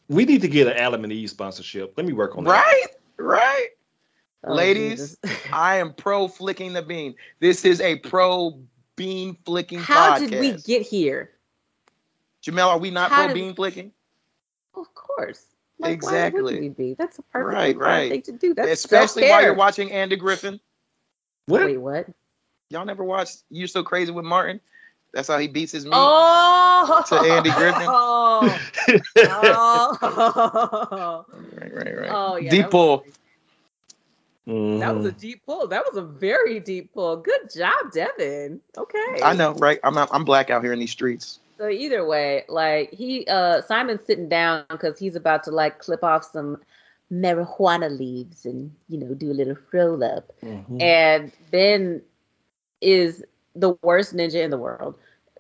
We need to get an Adam and Eve sponsorship. Let me work on that.
Right, right.
Oh,
ladies,
Jesus.
I am pro flicking the bean. This is a pro bean
(laughs)
flicking
how
podcast.
did we get here?
Jamel, are we not
How
pro
did-
bean flicking?
Of course. Like, why wouldn't
Exactly.
we be? That's a perfect
Right, right.
thing to do. That's
Especially while you're
watching.
watching Andy Griffin.
What? (laughs)
Wait, what?
Y'all never watched You're So Crazy with Martin? That's how he beats his meat.
Oh,
To Andy Griffin.
(laughs) Oh,
(laughs)
oh,
Right, right, right.
oh yeah,
Deep
that was-
pull.
Mhm.
That was a deep pull. That was a very deep pull. Good job, Devin. Okay.
I know, right? I'm I'm black out here in these streets.
So either way, like he uh Simon's sitting down because he's about to like clip off some marijuana leaves and you know do a little roll up.
Mm.
Mhm.
And Ben is the worst ninja in the world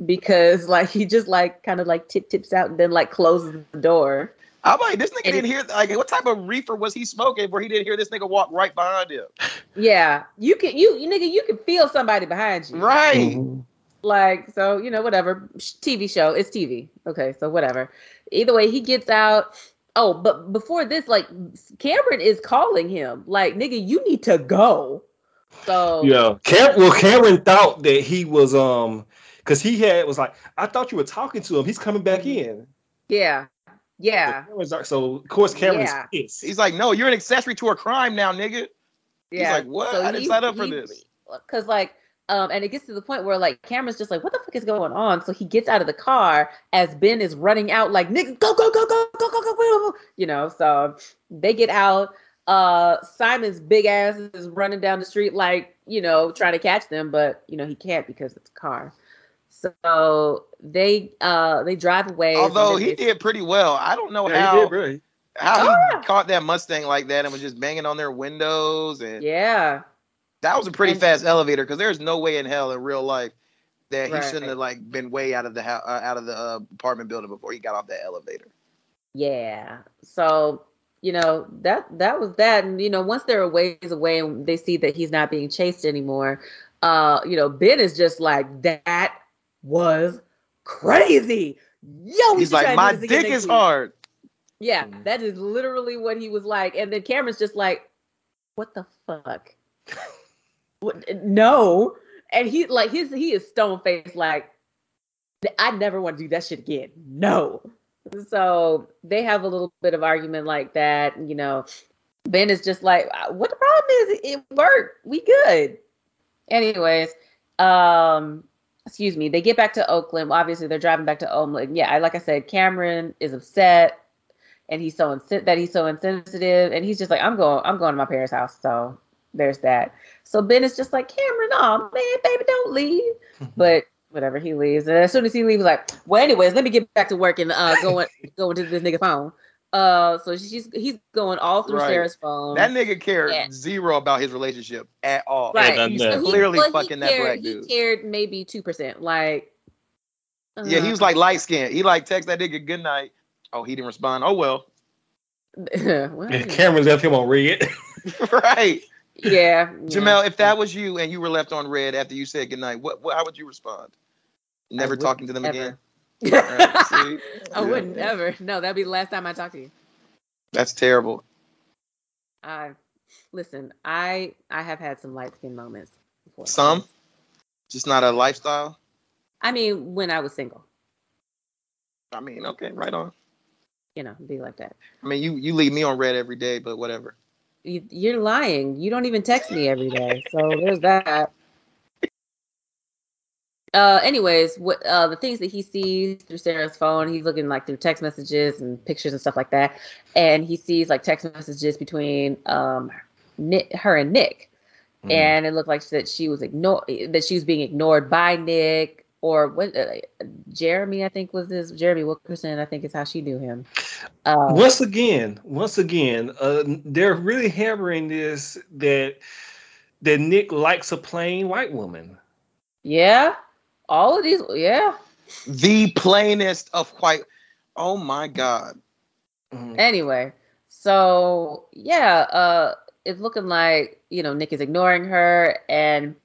because like he just like kind of like tip tips out and then like closes the door.
I'm like, this nigga
And-
didn't hear like what type of reefer was he smoking where he didn't hear this nigga walk right behind him?
Yeah, you can you, you nigga you can feel somebody behind you.
Right.
Mhm.
like so you know whatever Sh- tv show it's tv okay so whatever either way he gets out oh but before this like cameron is calling him like nigga you need to go so
Yeah. Cam- well, Cameron thought that he was um, because he had was like, I thought you were talking to him. He's coming back
Mm-hmm.
in.
yeah yeah
Cameron's like- So of course Cameron's
Yeah.
pissed.
He's like, no, you're an accessory to a crime now, nigga. He's
yeah
like, what? I didn't sign up for this.
because uh, like um and it gets to the point where like cameron's just like what the fuck is going on so he gets out of the car as ben is running out like nigga go go go go go go go go you know so they get out uh simon's big ass is running down the street like you know trying to catch them but you know he can't because it's a car so they uh they drive away
Although
And
he
then they-
did pretty well. I don't know
Yeah, he
how
did, really.
how
Oh,
he caught that Mustang like that and was just banging on their windows and
yeah
that was a pretty
And-
fast elevator because there's no way in hell in real life that
Right.
he shouldn't have like been way out of the house, uh, out of the uh, apartment building before he got off that elevator.
Yeah. So, you know, that that was that. And you know, once they're a ways away and they see that he's not being chased anymore, uh, you know, Ben is just like, that was crazy. Yo, we
He's
should
like,
try
my
and do this again
dick
next
is
week."
hard.
Yeah,
Mhm.
that is literally what he was like. And then Cameron's just like, what the fuck? (laughs) what, no. And he like his he is stone faced like I never want to do that shit again. No. So they have a little bit of argument like that, you know. Ben is just like, "Uh, what the problem is? It worked. We good. Anyways, um, excuse me. They get back to Oakland. Obviously, they're driving back to Oakland. Yeah, I, like I said, Cameron is upset, and he's so insen- that he's so insensitive, and he's just like, I'm going, I'm going to my parents' house. So there's that. So Ben is just like, Cameron, oh man, baby, don't leave. But whatever, he leaves, and as soon as he leaves, he's like, well, anyways, let me get back to work and uh,
(laughs)
go go into this nigga phone. Uh, so she's he's going all through
Right.
Sarah's phone.
That nigga cared
Um, Yeah.
zero about his relationship at all.
Right.
Yeah,
He's
no, no.
clearly
well, he
fucking that
cared-
black
he
dude.
cared maybe two percent. Like,
Yeah, he was
Uh-huh.
like light skinned. He like text that nigga good night. Oh, he didn't respond. Oh well. (laughs)
(laughs) well,
And Cameron left him on red.
(laughs)
right.
yeah,
Jamel, if that was you and you were left on red after you said good night, what, what how would you respond? Never
wouldn't
talking to them
ever.
again. (laughs) Right,
I
see? Yeah.
wouldn't ever. No, that'd be the last time I talk to you.
That's terrible.
I listen. I I have had some light skin moments. Before.
Some, just not a lifestyle.
I mean, when I was single,
I mean, okay, right on.
you know, be like that.
I mean, you you leave me on red every day, but whatever.
You, you're lying. You don't even text me every day. So there's that. Uh, anyways, what uh, the things that he sees through Sarah's phone, he's looking like through text messages and pictures and stuff like that, and he sees like text messages between um, Nick, her and Nick,
Mhm.
and it looked like that she was ignored that she was being ignored by Nick or what uh, Jeremy I think was this Jeremy Wilkerson I think is how she knew him. Um,
once again, once again, uh, they're really hammering this that that Nick likes a plain white woman.
Yeah, all of these. Yeah.
The plainest of white. Oh my God.
Mhm.
Anyway, so yeah, uh, it's looking like you know Nick is ignoring her, and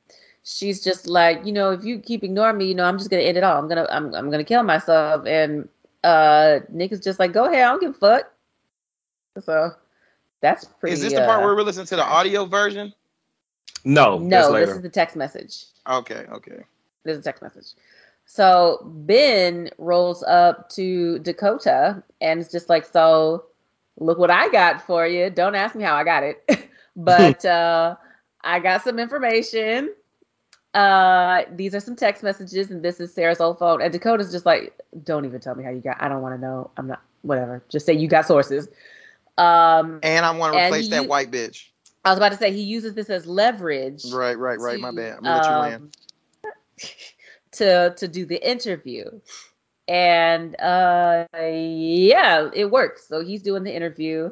she's just like, you know, if you keep ignoring me, you know, I'm just gonna end it all. I'm gonna, I'm, I'm gonna kill myself. And uh, Nick is just like, go ahead, I don't give a fuck. So that's pretty.
Is this the part
uh,
where we're listening to the audio version?
No, that's
No,
later.
this is the text message.
Okay, okay.
There's a text message. So Ben rolls up to Dakota and it's just like, so look what I got for you. Don't ask me how I got it, (laughs)
(laughs)
but uh, I got some information. Uh, these are some text messages, and this is Sarah's old phone. And Dakota's just like, don't even tell me how you got. I don't want to know. I'm not. Whatever. Just say you got sources. Um,
And I want to
And
replace that
you-
white bitch.
I was about to say he uses this as leverage
Right, right, right. My
to,
bad. I'm gonna let you
um, (laughs)
land.
to to do the interview, and uh, yeah, it works. So he's doing the interview,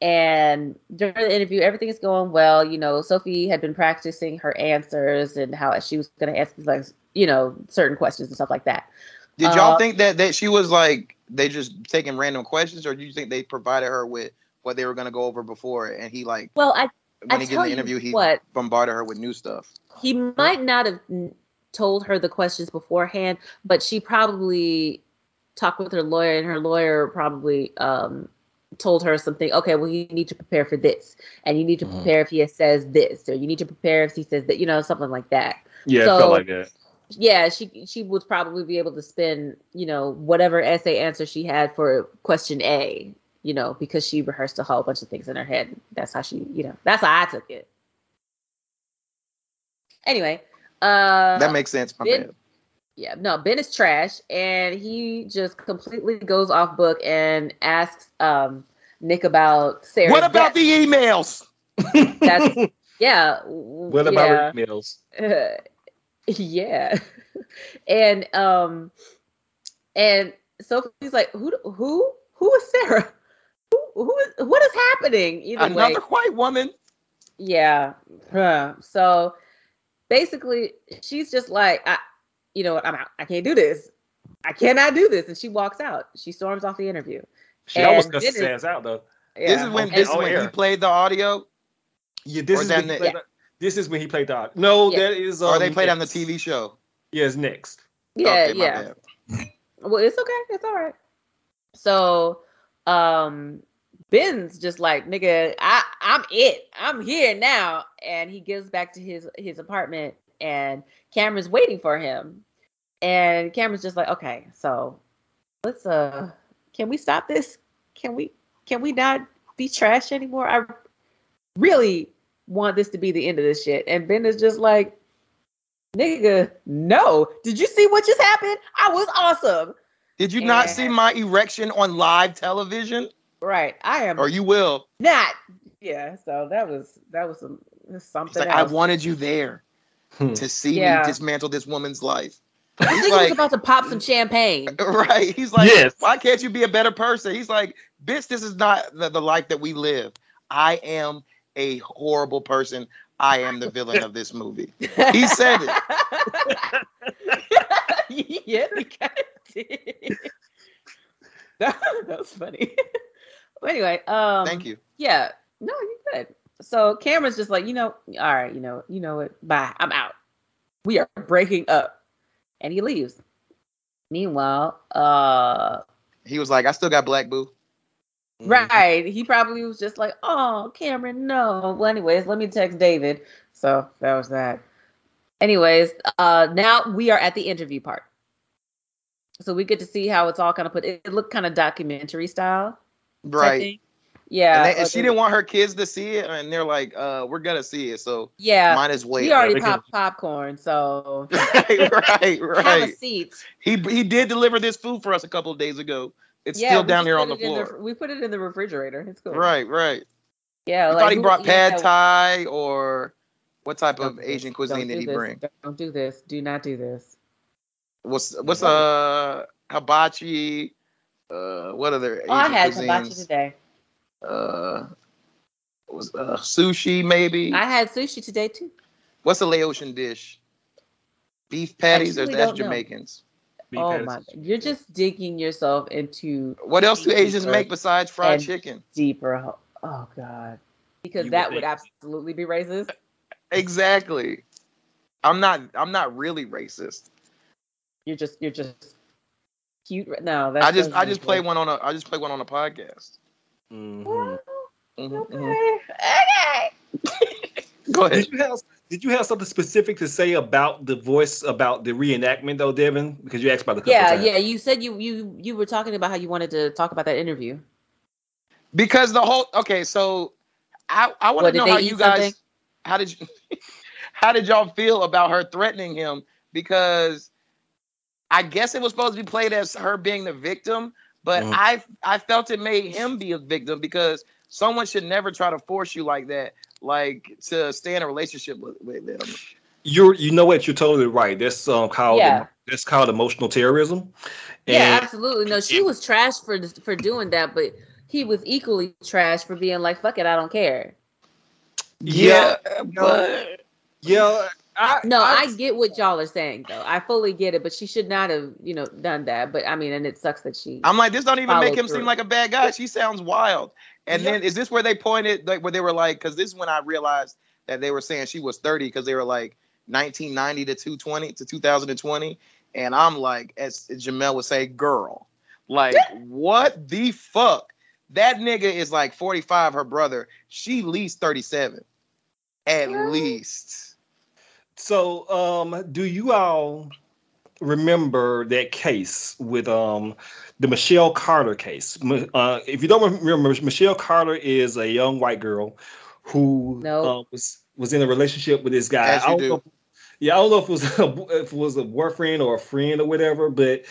and during the interview, everything is going well. You know, Sophie had been practicing her answers and how she was going to ask like you know certain questions and stuff like that.
Did y'all
uh,
think that that she was like they just taking random questions, or do you think they provided her with what they were gonna go over before, and he like
Well, I
when
I
he did
tell
the
you
interview, he
what.
bombarded her with new stuff.
he might not have n- told her the questions beforehand, but she probably talked with her lawyer, and her lawyer probably um, told her something. Okay, well, you need to prepare for this, and you need to
Mhm.
prepare if he says this, or you need to prepare if he says that, you know, something like that.
yeah, it
so-
felt like that.
Yeah, she she would probably be able to spin, you know, whatever essay answer she had for question A, you know, because she rehearsed a whole bunch of things in her head. That's how she, you know, that's how I took it. Anyway, uh
that makes sense. My
Ben-
bad.
yeah, no, Ben is trash, and he just completely goes off book and asks um, Nick about Sarah.
What about the emails?
That's,
(laughs)
yeah. What
what about yeah. emails?
(laughs) yeah, and um, and Sophie's like, who, who, who is Sarah? Who, who is, what is happening? Either way,
Another white woman.
yeah. Huh. So basically, she's just like, I, you know, what, I'm out. I can't do this. I cannot do this. And she walks out. She storms off the interview.
She almost
And
cussed
then
his
it-
ass out though.
Yeah.
This is when this is
on
when he
air.
played the audio,
Yeah,
Or
this is
that
when he
Nick-
played. The, this is when he played the. odd- No,
Yeah.
that is. Um,
or they played on the
next.
TV show.
Yes, next.
yeah,
okay, my
yeah.
bad.
Well, it's okay. It's all right. So, um, Ben's just like, nigga, I, I'm it. I'm here now. And he gives back to his his apartment, and Cameron's waiting for him. And Cameron's just like, okay, so let's uh, can we stop this? Can we can we not be trash anymore? I really want this to be the end of this shit. And Ben is just like, nigga, no. Did you see what just happened? I was awesome.
Did you not see
And-
my erection on live television?
Right. I am
Or you will.
not. Yeah. So that was that was some
He's
something
like, I
else.
wanted you there
Hmm.
to see
um, Yeah.
me dismantle this woman's life. (laughs)
I
He's
think he was
like,
about to pop some champagne.
right. He's like,
Yes.
why can't you be a better person? He's like, bitch, this is not the, the life that we live. I am a horrible person. I am the villain of this
(laughs)
movie. (laughs) He said it.
yeah, we kind of did. (laughs) that, that was funny. but anyway, um
Thank you.
Yeah. No, you good. So Cameron's just like, you know, all right, you know, you know what? Bye. I'm out. We are breaking up. And he leaves. Meanwhile, uh
He was like, I still got black boo.
Right. He probably was just like, oh, Cameron, no. Well, anyways, let me text David. So that was that. Anyways, uh now we are at the interview part. So we get to see how it's all kind of put. It, it looked kind of documentary style. type
Right.
thing. Yeah.
and, they- and
like
she
it-
didn't want her kids to see it. And they're like, uh, we're going to see it. So
Yeah.
might as well.
We already
they can-
popped popcorn, so
(laughs)
(laughs)
right, (laughs) right,
have a
right.
seat.
He, he did deliver this food for us a couple of days ago. It's
Yeah,
still
we
down
just
here
put
on the
it in
floor.
we put it in the refrigerator. It's cool.
Right, right.
Yeah.
I
like
thought he
who-
brought
yeah,
pad thai or What type
Don't
of
do this.
Asian cuisine
Don't
did
do
he
this.
bring?
Don't do this. Do not do this.
What's what's uh hibachi? Uh, what other Asian
Oh, I had
cuisines?
hibachi today.
Uh, was uh, sushi maybe?
I had sushi today too.
What's a Laotian dish? Beef patties, or
Actually
that's
don't know.
Jamaicans?
Beef
Oh
patties.
my! You're just digging yourself into
What else do Asians
Deeper
make besides fried
and-
chicken?
deeper. ho- Oh God! Because
You would
that would
think.
absolutely be racist.
Exactly. I'm not. I'm not really racist.
You're just you're just cute. right now.
I just. I just play one on a. I just play one on a podcast.
Mm-hmm.
Mhm.
Mhm,
Okay.
mhm.
Okay.
Go ahead.
Did you have Did you have something specific to say about the voice about the reenactment though, Devin? Because you asked about the couple
Yeah,
times.
yeah. You said you you you were talking about how you wanted to talk about that interview.
Because the whole okay, so I I want
What,
to
did
know
they
how
eat
you guys
something?
how did you, (laughs) how did y'all feel about her threatening him? Because I guess it was supposed to be played as her being the victim, but
Mhm.
I I felt it made him be a victim because someone should never try to force you like that, like to stay in a relationship with, with them.
You're you know what? You're totally right. That's um called
Yeah.
that's called emotional terrorism.
yeah,
And
absolutely. No, she
and-
was trash for for doing that, but he was equally trash for being like, "Fuck it, I don't care."
yeah, no.
but-
yeah. I,
No,
I-
I, get what y'all are saying though. I fully get it, but she should not have, you know, done that. But I mean, and it sucks that she.
I'm like, this don't even
Follow
make him seem
through.
like a bad guy. She sounds wild. And then is this where they pointed, like where they were like, because this is when I realized that they were saying she was 30 because they were like 1990 to 220 to 2020. And I'm like, as Jamel would say, girl, like what the fuck? That nigga is like 45, her brother. She least 37. At
Girl.
least.
So, um, do you all remember that case with um the Michelle Carter case? M- Uh, if you don't remember, Michelle Carter is a young white girl who
No.
uh, was was in a relationship with this guy.
As you
I don't
do.
know if- yeah, I don't know if it was (laughs) a, if it was a boyfriend or a friend or whatever, but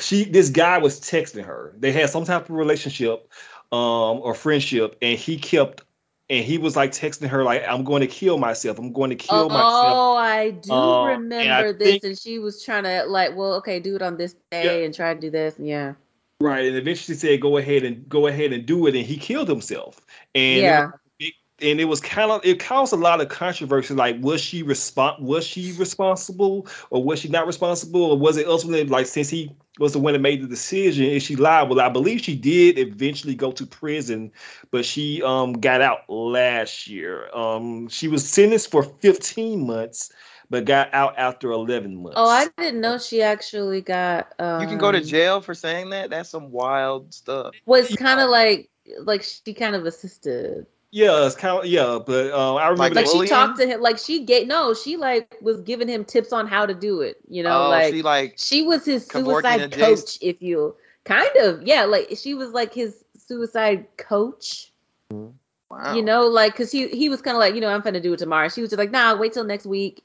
she this guy was texting her. They had some type of relationship um or friendship, and he kept and he was like texting her like I'm going to kill myself. I'm going to kill
oh,
myself.
I do
Um, and I
remember this,
think-
and she was trying to like, well, okay, do it on this day and try to do this. Yeah,
Right, and eventually said, "Go ahead and go ahead and do it," and he killed himself. And
yeah.
it, and it was kind of it caused a lot of controversy. Like, was she respon Was she responsible, or was she not responsible, or was it ultimately like since he was the one that made the decision, is she liable? I believe she did eventually go to prison, but she um got out last year. Um, she was sentenced for fifteen months, but got out after eleven months.
Oh, I didn't know she actually got. Um,
You can go to jail for saying that. That's some wild stuff.
Was kind of like like she kind of assisted.
yeah, it's kind of yeah, but uh, I
Like
remember that
Like she
Bullying?
talked to him. Like she gave no. She like was giving him tips on how to do it. You know,
oh,
like
she
she,
like
was his
Kevorkian
suicide
and
coach, if
Jace.
you kind of yeah. Like she was like his suicide coach.
wow.
You know, like because he he was kind of like you know I'm gonna do it tomorrow. She was just like nah, wait till next week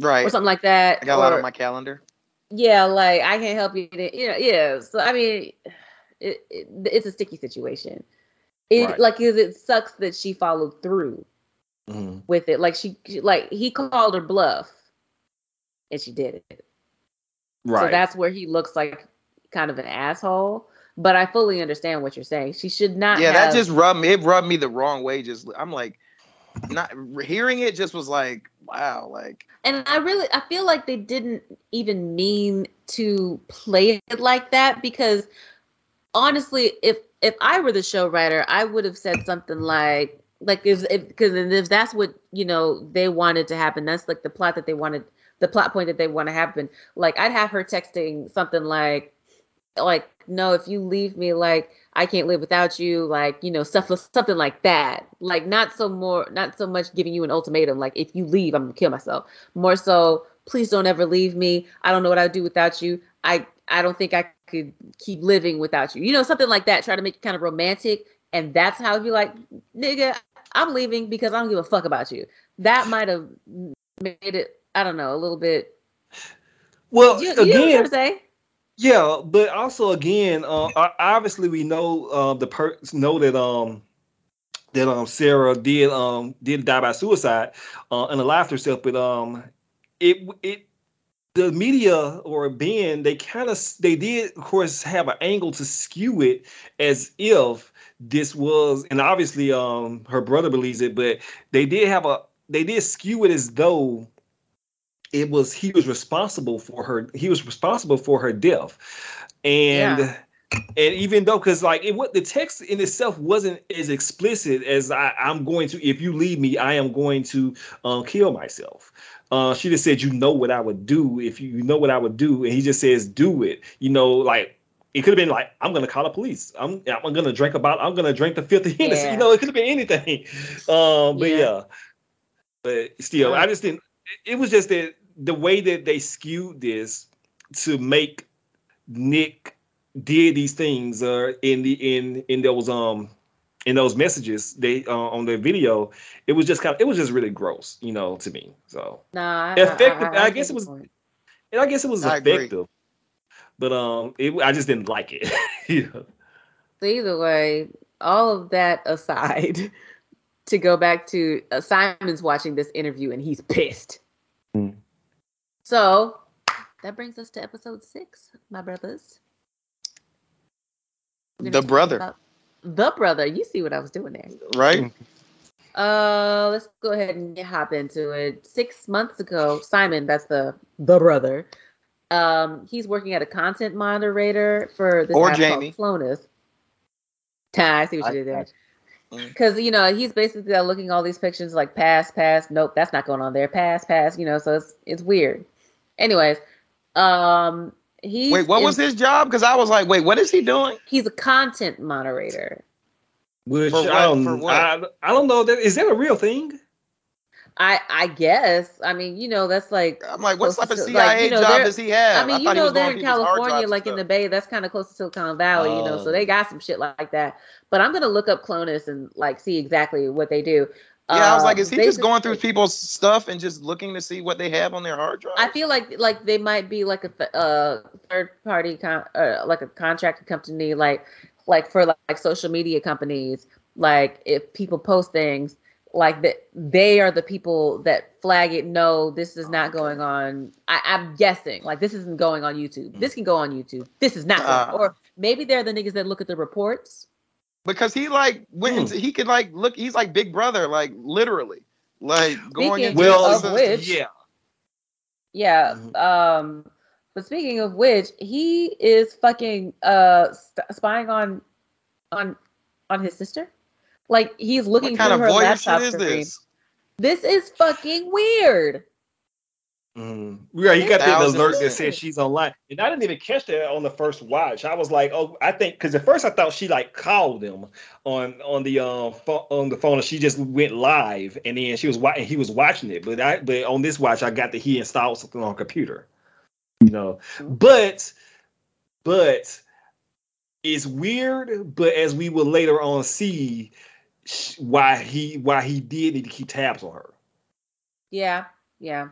right.
or something like that.
I got a lot
or-
on my calendar.
yeah, like I can't help you. Yeah, yeah. So I mean, it, it, it's a sticky situation. It
Right.
like is it sucks that she followed through
Mhm.
with it. Like she like he called her bluff, and she did it.
right.
So that's where he looks like kind of an asshole. But I fully understand what you're saying. She should not.
yeah,
have-
that just rubbed me. It rubbed me the wrong way. Just I'm like, not hearing it just was like, wow, like
and I really I feel like they didn't even mean to play it like that because honestly, if if I were the show writer, I would have said something like like if because if, if that's what you know they wanted to happen, that's like the plot that they wanted, the plot point that they want to happen. Like I'd have her texting something like like no, if you leave me, like I can't live without you, like you know stuff something like that. Like not so more, not so much giving you an ultimatum. Like if you leave, I'm gonna kill myself more so please don't ever leave me i don't know what i'd do without you i i don't think i could keep living without you you know something like that try to make it kind of romantic and that's how you like nigga i'm leaving because i don't give a fuck about you that might have made it i don't know a little bit
well,
you, you know what
again,
i'm saying
Yeah, but also again, uh, o- obviously we know uh, the per know that um that um Sarah did um did die by suicide uh, and alive herself, but um it it the media or Ben they kind of they did of course have an angle to skew it as if this was and obviously um her brother believes it, but they did have a they did skew it as though it was he was responsible for her he was responsible for her death and and even though because like it what the text in itself wasn't as explicit as i i'm going to if you leave me i am going to um kill myself uh she just said you know what i would do if you, you know what i would do and he just says do it you know like it could have been like i'm gonna call the police i'm i'm gonna drink about i'm gonna drink the fifth (laughs) of Hennessy.
Yeah.
you know it could have been anything um but
Yeah.
yeah, but still i just didn't it- it was just that the way that they skewed this to make Nick did these things uh, in the in in those um in those messages they uh, on the video it was just kind of it was just really gross you know to me so
No, I,
Effective- I guess
get
it was-
your point.
and I guess it was
I agree.
effective but um it I just didn't like it (laughs) yeah
So either way, all of that aside, (laughs) to go back to uh, Simon's watching this interview and he's pissed.
Hmm.
Mm.
So that brings us to episode six, my brothers. We're gonna
The
talk
brother.
about- The brother. You see what I was doing there. Mm.
right?
Uh, let's go ahead and hop into it. Six months ago, Simon, that's the the brother. Um, he's working at a content moderator for this
Or
app called
Jamie.
Flonus. Ty, I see what you
I-
did there.
Mm.
Because you know he's basically out looking all these pictures like pass, pass. Nope, that's not going on there. Pass, pass. You know, so it's it's weird. Anyways, um, he
Wait, what was his job? Because I was like, wait, what is he doing?
He's a content moderator.
which
For what-
I don't
for what?
I, I don't know that is that a real thing
I I guess. I mean, you know, that's like
I'm like, what
Close
type of
to- like,
CIA
you know,
job
they're-
does he have?
I mean, you
thought he
know,
was
they're
going
in
through people's hard drives
California,
and
like in the
stuff.
Bay. That's kind of close to Silicon Valley, you know. So
Oh.
they got some shit like that. But I'm gonna look up Clonus and like see exactly what they do.
Yeah, I was
Uh,
like, is he
they
just going through people's stuff and just looking to see what they have on their hard drive?
I feel like like they might be like a th- uh, third party con- uh, like a contract company, like like for like, social media companies. Like if people post things, like that they are the people that flag it. No, this is not going on. I, I'm guessing like this isn't going on YouTube. This can go on YouTube. This is not.
Ah.
going. Or maybe they're the niggas that look at the reports.
because he like went
Hmm.
into, he could like look he's like big brother like literally like going
Speaking
into
Well,
all this-
of which-
yeah
Yeah.
Mm-hmm.
Mhm.
Um. But speaking of which, he is fucking uh sp- spying on on on his sister. Like he's looking
what kind of
through her
voyeur
laptop
shit is
screen.
this?
This is fucking weird.
Mm. Yeah, you got the
Thousand
alert that
percent.
said she's online, and I didn't even catch that on the first watch. I was like, "Oh, I think," because at first I thought she like called them on on the um pho- on the phone, and she just went live, and then she was watching. He was watching it, but I but on this watch, I got that he installed something on her computer, you know. But but it's weird. But as we will later on see, sh- why he why he did need to keep tabs on her.
Yeah. Yeah.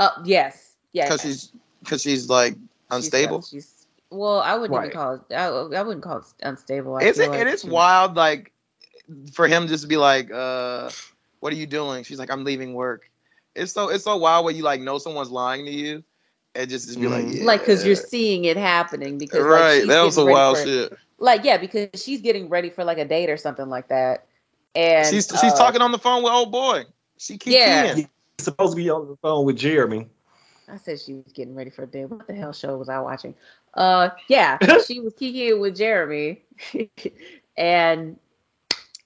Uh. Yes. Yes.
because she's because she's like
She's-
unstable.
She's, well, I wouldn't even
Right.
call it. I, I wouldn't call it unstable. I
It's
feel
it,
like
it is
she-
wild like for him just to be like, uh, what are you doing? She's like, I'm leaving work. It's so it's so wild when you like know someone's lying to you and just, just be like,
Mhm.
yeah.
Like, cause you're seeing it happening. Because like,
right.
she's
that
getting
was some
ready
wild
for-
shit.
Like yeah, because she's getting ready for like a date or something like that. And
she's she's
uh,
talking on the phone with old boy. She keeps
Yeah.
keying.
supposed to be on the phone with Jeremy.
I said she was getting ready for a date. What the hell show was I watching? Uh,
(laughs)
yeah, she was kicking it with Jeremy, (laughs) and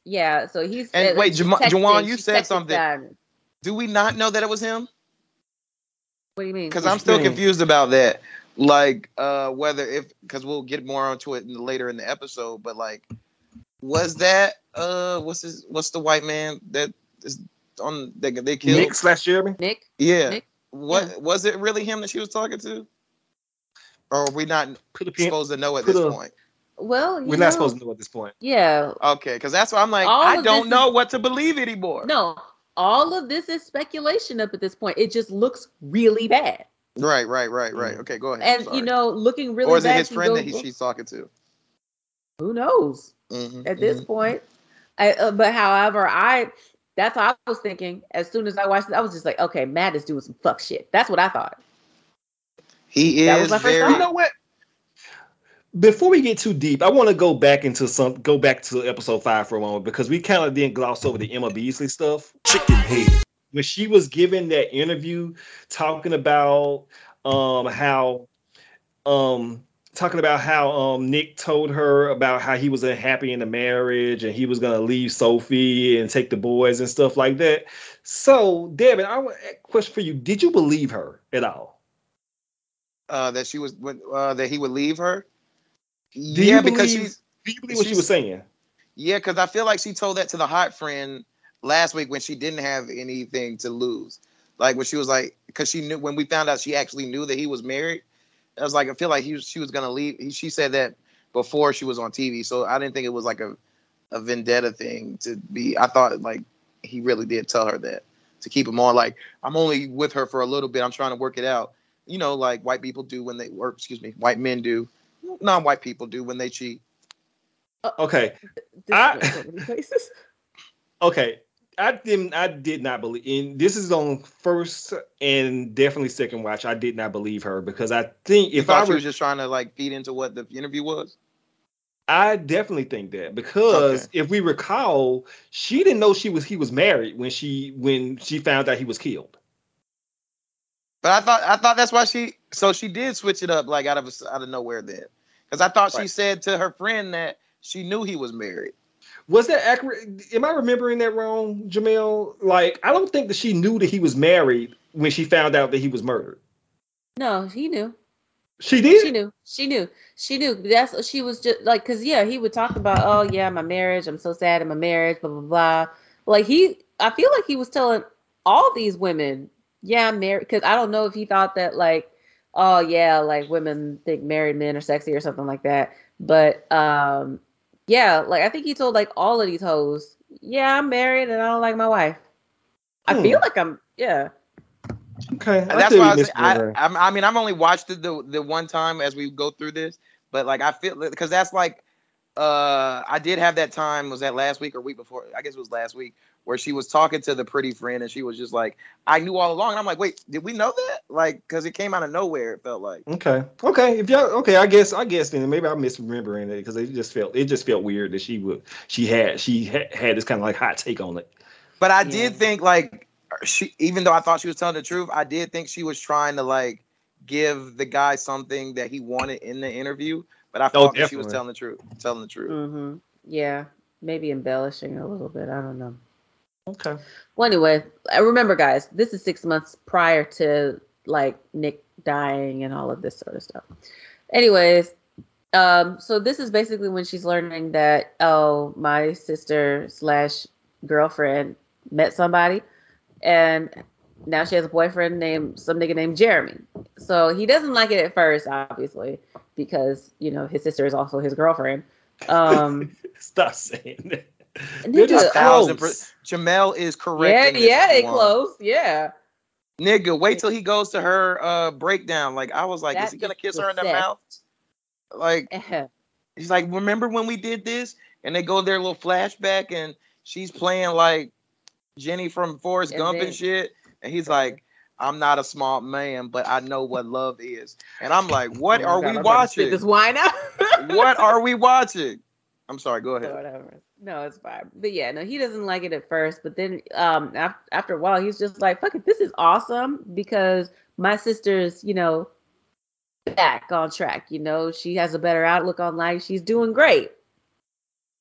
yeah, so he's
And
uh,
wait,
she's
Jama-
texting-
Jawan, you
she's
said
texting
something.
Simon.
Do we not know that it was him?
What do you mean?
Because
What
I'm
you
still
mean?
confused about that. Like, uh, whether if because we'll get more onto it in, later in the episode, but like, was that uh, what's his what's the white man that is on that they killed?
Nick slash Jeremy.
Nick.
Yeah.
Nick?
What was it really him that she was talking to? Or are we not
Put a pin.
supposed to know at
Put
this
a-
point?
Well, you
We're
know,
not supposed to know at this point.
Yeah,
Okay, because that's why I'm like,
All
I
of
don't
this
know what to believe anymore.
no, all of this is speculation up at this point. It just looks really bad,
Right, right, right,
Mm.
right. Okay, go ahead.
and
Sorry.
you know, looking really
or is it
bad.
his
you
friend
go-
that he, she's talking to?
who knows
Mhm,
at this
mhm.
point? I, uh, but however, I that's what I was thinking. As soon as I watched it, I was just like, okay, Matt is doing some fuck shit. That's what I thought.
He
That
is
was my first
very.
thought.
You know what? Before we get too deep, I want to go back into some go back to episode five for a moment because we kind of didn't gloss over the Emma Beasley stuff. Chicken head. When she was giving that interview talking about um how um talking about how um Nick told her about how he was unhappy in the marriage and he was gonna leave Sophie and take the boys and stuff like that. So, Devin, I want a question for you. Did you believe her at all?
uh, that she was uh, that he would leave her.
Do
yeah,
you
because
believe-
she's
Do you believe what she
She's-
was saying?
yeah, because I feel like she told that to the hot friend last week when she didn't have anything to lose. Like when she was like, because she knew when we found out she actually knew that he was married. I was like, I feel like he was, she was gonna leave. He, she said that before she was on TV, so I didn't think it was like a a vendetta thing to be. I thought like he really did tell her that to keep him on. Like I'm only with her for a little bit. I'm trying to work it out. You know, like white people do when they, or excuse me, white men do, non-white people do when they cheat.
Okay,
This
I-
went so many places.
okay. I didn't. I did not believe. And this is on first and definitely second watch. I did not believe her because I think
You
if I
thought she
were,
was just trying to like feed into what the interview was.
I definitely think that because if we recall, she didn't know she was he was married when she when she found out he was killed.
But I thought I thought that's why she. So she did switch it up like out of out of nowhere then, because I thought she
Right.
said to her friend that she knew he was married.
Was that accurate? Am I remembering that wrong, Jamel? Like I don't think that she knew that he was married when she found out that he was murdered.
No, he knew.
She did.
She knew. She knew. She knew. That's what she was just like, cause yeah, he would talk about, oh yeah, my marriage. I'm so sad in my marriage. Blah blah blah. Like he, I feel like he was telling all these women, yeah, I'm married. Cause I don't know if he thought that like, oh yeah, like women think married men are sexy or something like that. But um, yeah, like I think he told like all of these hoes, yeah, I'm married and I don't like my wife. I
Hmm.
feel like I'm, yeah.
Okay,
And that's why I, was, I,
I,
I'm- I mean I'm only watched it the the one time as we go through this, but like I feel because that's like uh I did have that time was that last week or week before I guess it was last week where she was talking to the pretty friend and she was just like I knew all along and I'm like wait did we know that like because it came out of nowhere it felt like
Okay. Okay. If y'all okay, I guess I guess then maybe I'm misremembering it because it just felt it just felt weird that she would she had she ha- had this kind of like hot take on it.
But I
Yeah.
did think like she, even though I thought she was telling the truth, I did think she was trying to like give the guy something that he wanted in the interview. But I thought that she was
definitely.
telling the truth, telling the truth.
Mm-hmm. Yeah, maybe embellishing a little bit. I don't know.
Okay.
Well, anyway, I remember, guys, this is six months prior to like Nick dying and all of this sort of stuff. Anyways, um, so this is basically when she's learning that oh, my sister slash girlfriend met somebody, and now she has a boyfriend named some nigga named Jeremy. So he doesn't like it at first, obviously, because you know his sister is also his girlfriend. Um,
(laughs) Stop saying that.
And they
They're
do
just
a thousand
close.
Jamel is (laughs) correct.
yeah,
in this
yeah, they
one.
close, yeah.
Nigga, wait till he goes to her uh breakdown. Like I was like, is
That
he gonna
bitch
kiss
was
her in the
sick.
mouth? Like
(laughs)
he's like, remember when we did this? And they go their little flashback, and she's playing like Jenny from Forrest
And
Gump
then-
and shit. And he's like, I'm not a smart man, but I know what love is. And I'm
(laughs)
like, what
Oh my
are
God,
we
I'm about to spit
watching?
This wine out. (laughs)
what are we watching? I'm sorry. Go
So
ahead.
Whatever. No, it's fine. But yeah, no, he doesn't like it at first. But then um, af- after a while, he's just like, "Fuck it, this is awesome because my sister's, you know, back on track. You know, she has a better outlook on life. She's doing great."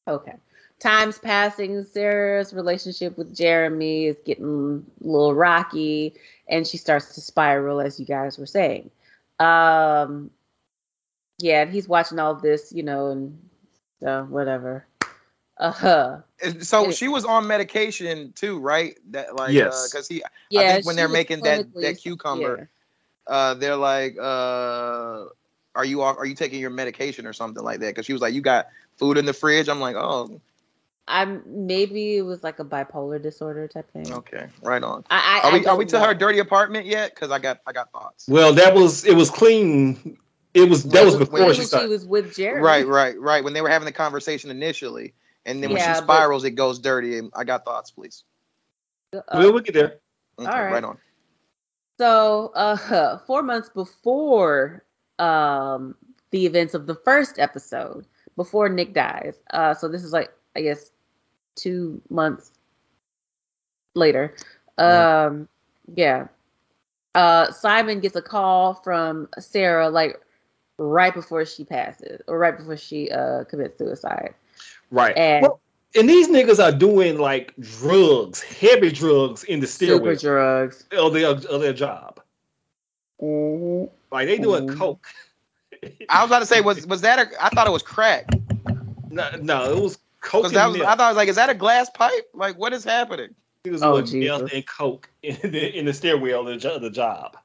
Okay. Time's passing. Sarah's relationship with Jeremy is getting a little rocky, and she starts to spiral, as you guys were saying. Um, yeah, and he's watching all this, you know, and so whatever. Uh huh.
And So she was on medication too, right? That like,
Yes.
because he,
Yeah.
think when
she
they're
was
making that-
clinically-
that cucumber- uh, they're like, uh, are you all, are you taking your medication or something like that? Because she was like, you got food in the fridge. I'm like, oh,
I'm maybe it was like a bipolar disorder type thing.
okay, right on.
I, I
Oh. Are
I
we are
don't
we to
know.
her dirty apartment yet? Because I got I got thoughts.
Well, that was it was clean. It was that
It
was
was
before
when
she
she
started.
was with Jeremy.
Right, right, right. When they were having the conversation initially, And then when
Yeah,
she
but-
spirals, it goes dirty. And I got thoughts, please.
Uh,
we'll, we'll get there.
Okay,
All right.
right on.
So, uh, (laughs) four months before um, the events of the first episode, before Nick dies. Uh, so this is like, I guess, two months later. Um, yeah. Uh, Simon gets a call from Sarah, like right before she passes, or right before she uh commits suicide.
Right.
And
Well, and these niggas are doing like drugs, heavy drugs in the
super
stairway
drugs.
of their, of their job.
Mhm.
Like they doing
Mhm.
coke.
I
(laughs)
was about to say, was was that a? I thought it was crack.
no, no, it was coke.
'Cause that
And
was,
milk.
I thought I was like, is that a glass pipe? Like, what is happening?
It was
Oh,
doing meth
Jesus.
and coke (laughs) in the, in the stairwell of the, jo- the job.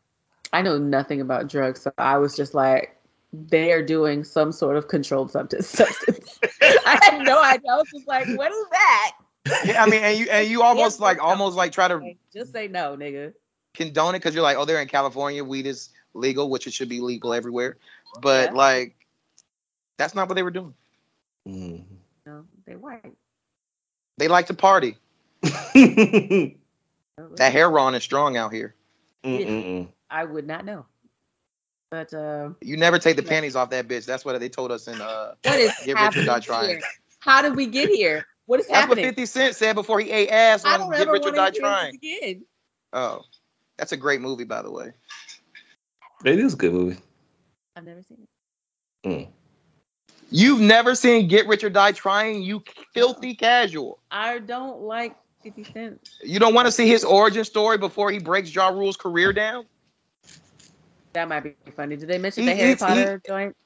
I know nothing about drugs, so I was just like, they are doing some sort of controlled substance. (laughs) substance. I had no idea. I was just like, what is that?
Yeah, I mean, and you and
(laughs)
you almost like almost like try to
Like, just say no, nigga.
condone it because you're like, oh, they're in California, weed is legal, which it should be legal everywhere. But
Yeah.
like, that's not what they were doing.
Mm. (laughs)
No, they white.
They like to party.
Mm.
That heroin is strong out here.
Mm-mm-mm.
I would not know. But uh,
You never take the
Yeah.
panties off that bitch. That's what they told us in uh
what is
(laughs) Get rich or
happening
die trying.
here? How did we get here? What is
that's what
happening?
50 Cent said before he ate ass
I
on
don't
Get
ever
Rich or
want
Die
to hear this
Trying.
again.
Oh. That's a great movie, by the way.
It is a good movie.
I've never seen it.
You've never seen Get Rich or Die Trying, you filthy casual.
I don't like 50 Cent.
You don't want to see his origin story before he breaks Ja Rule's career down?
That might be funny. Did they mention
He-
the Harry
he's- he-
Potter joint?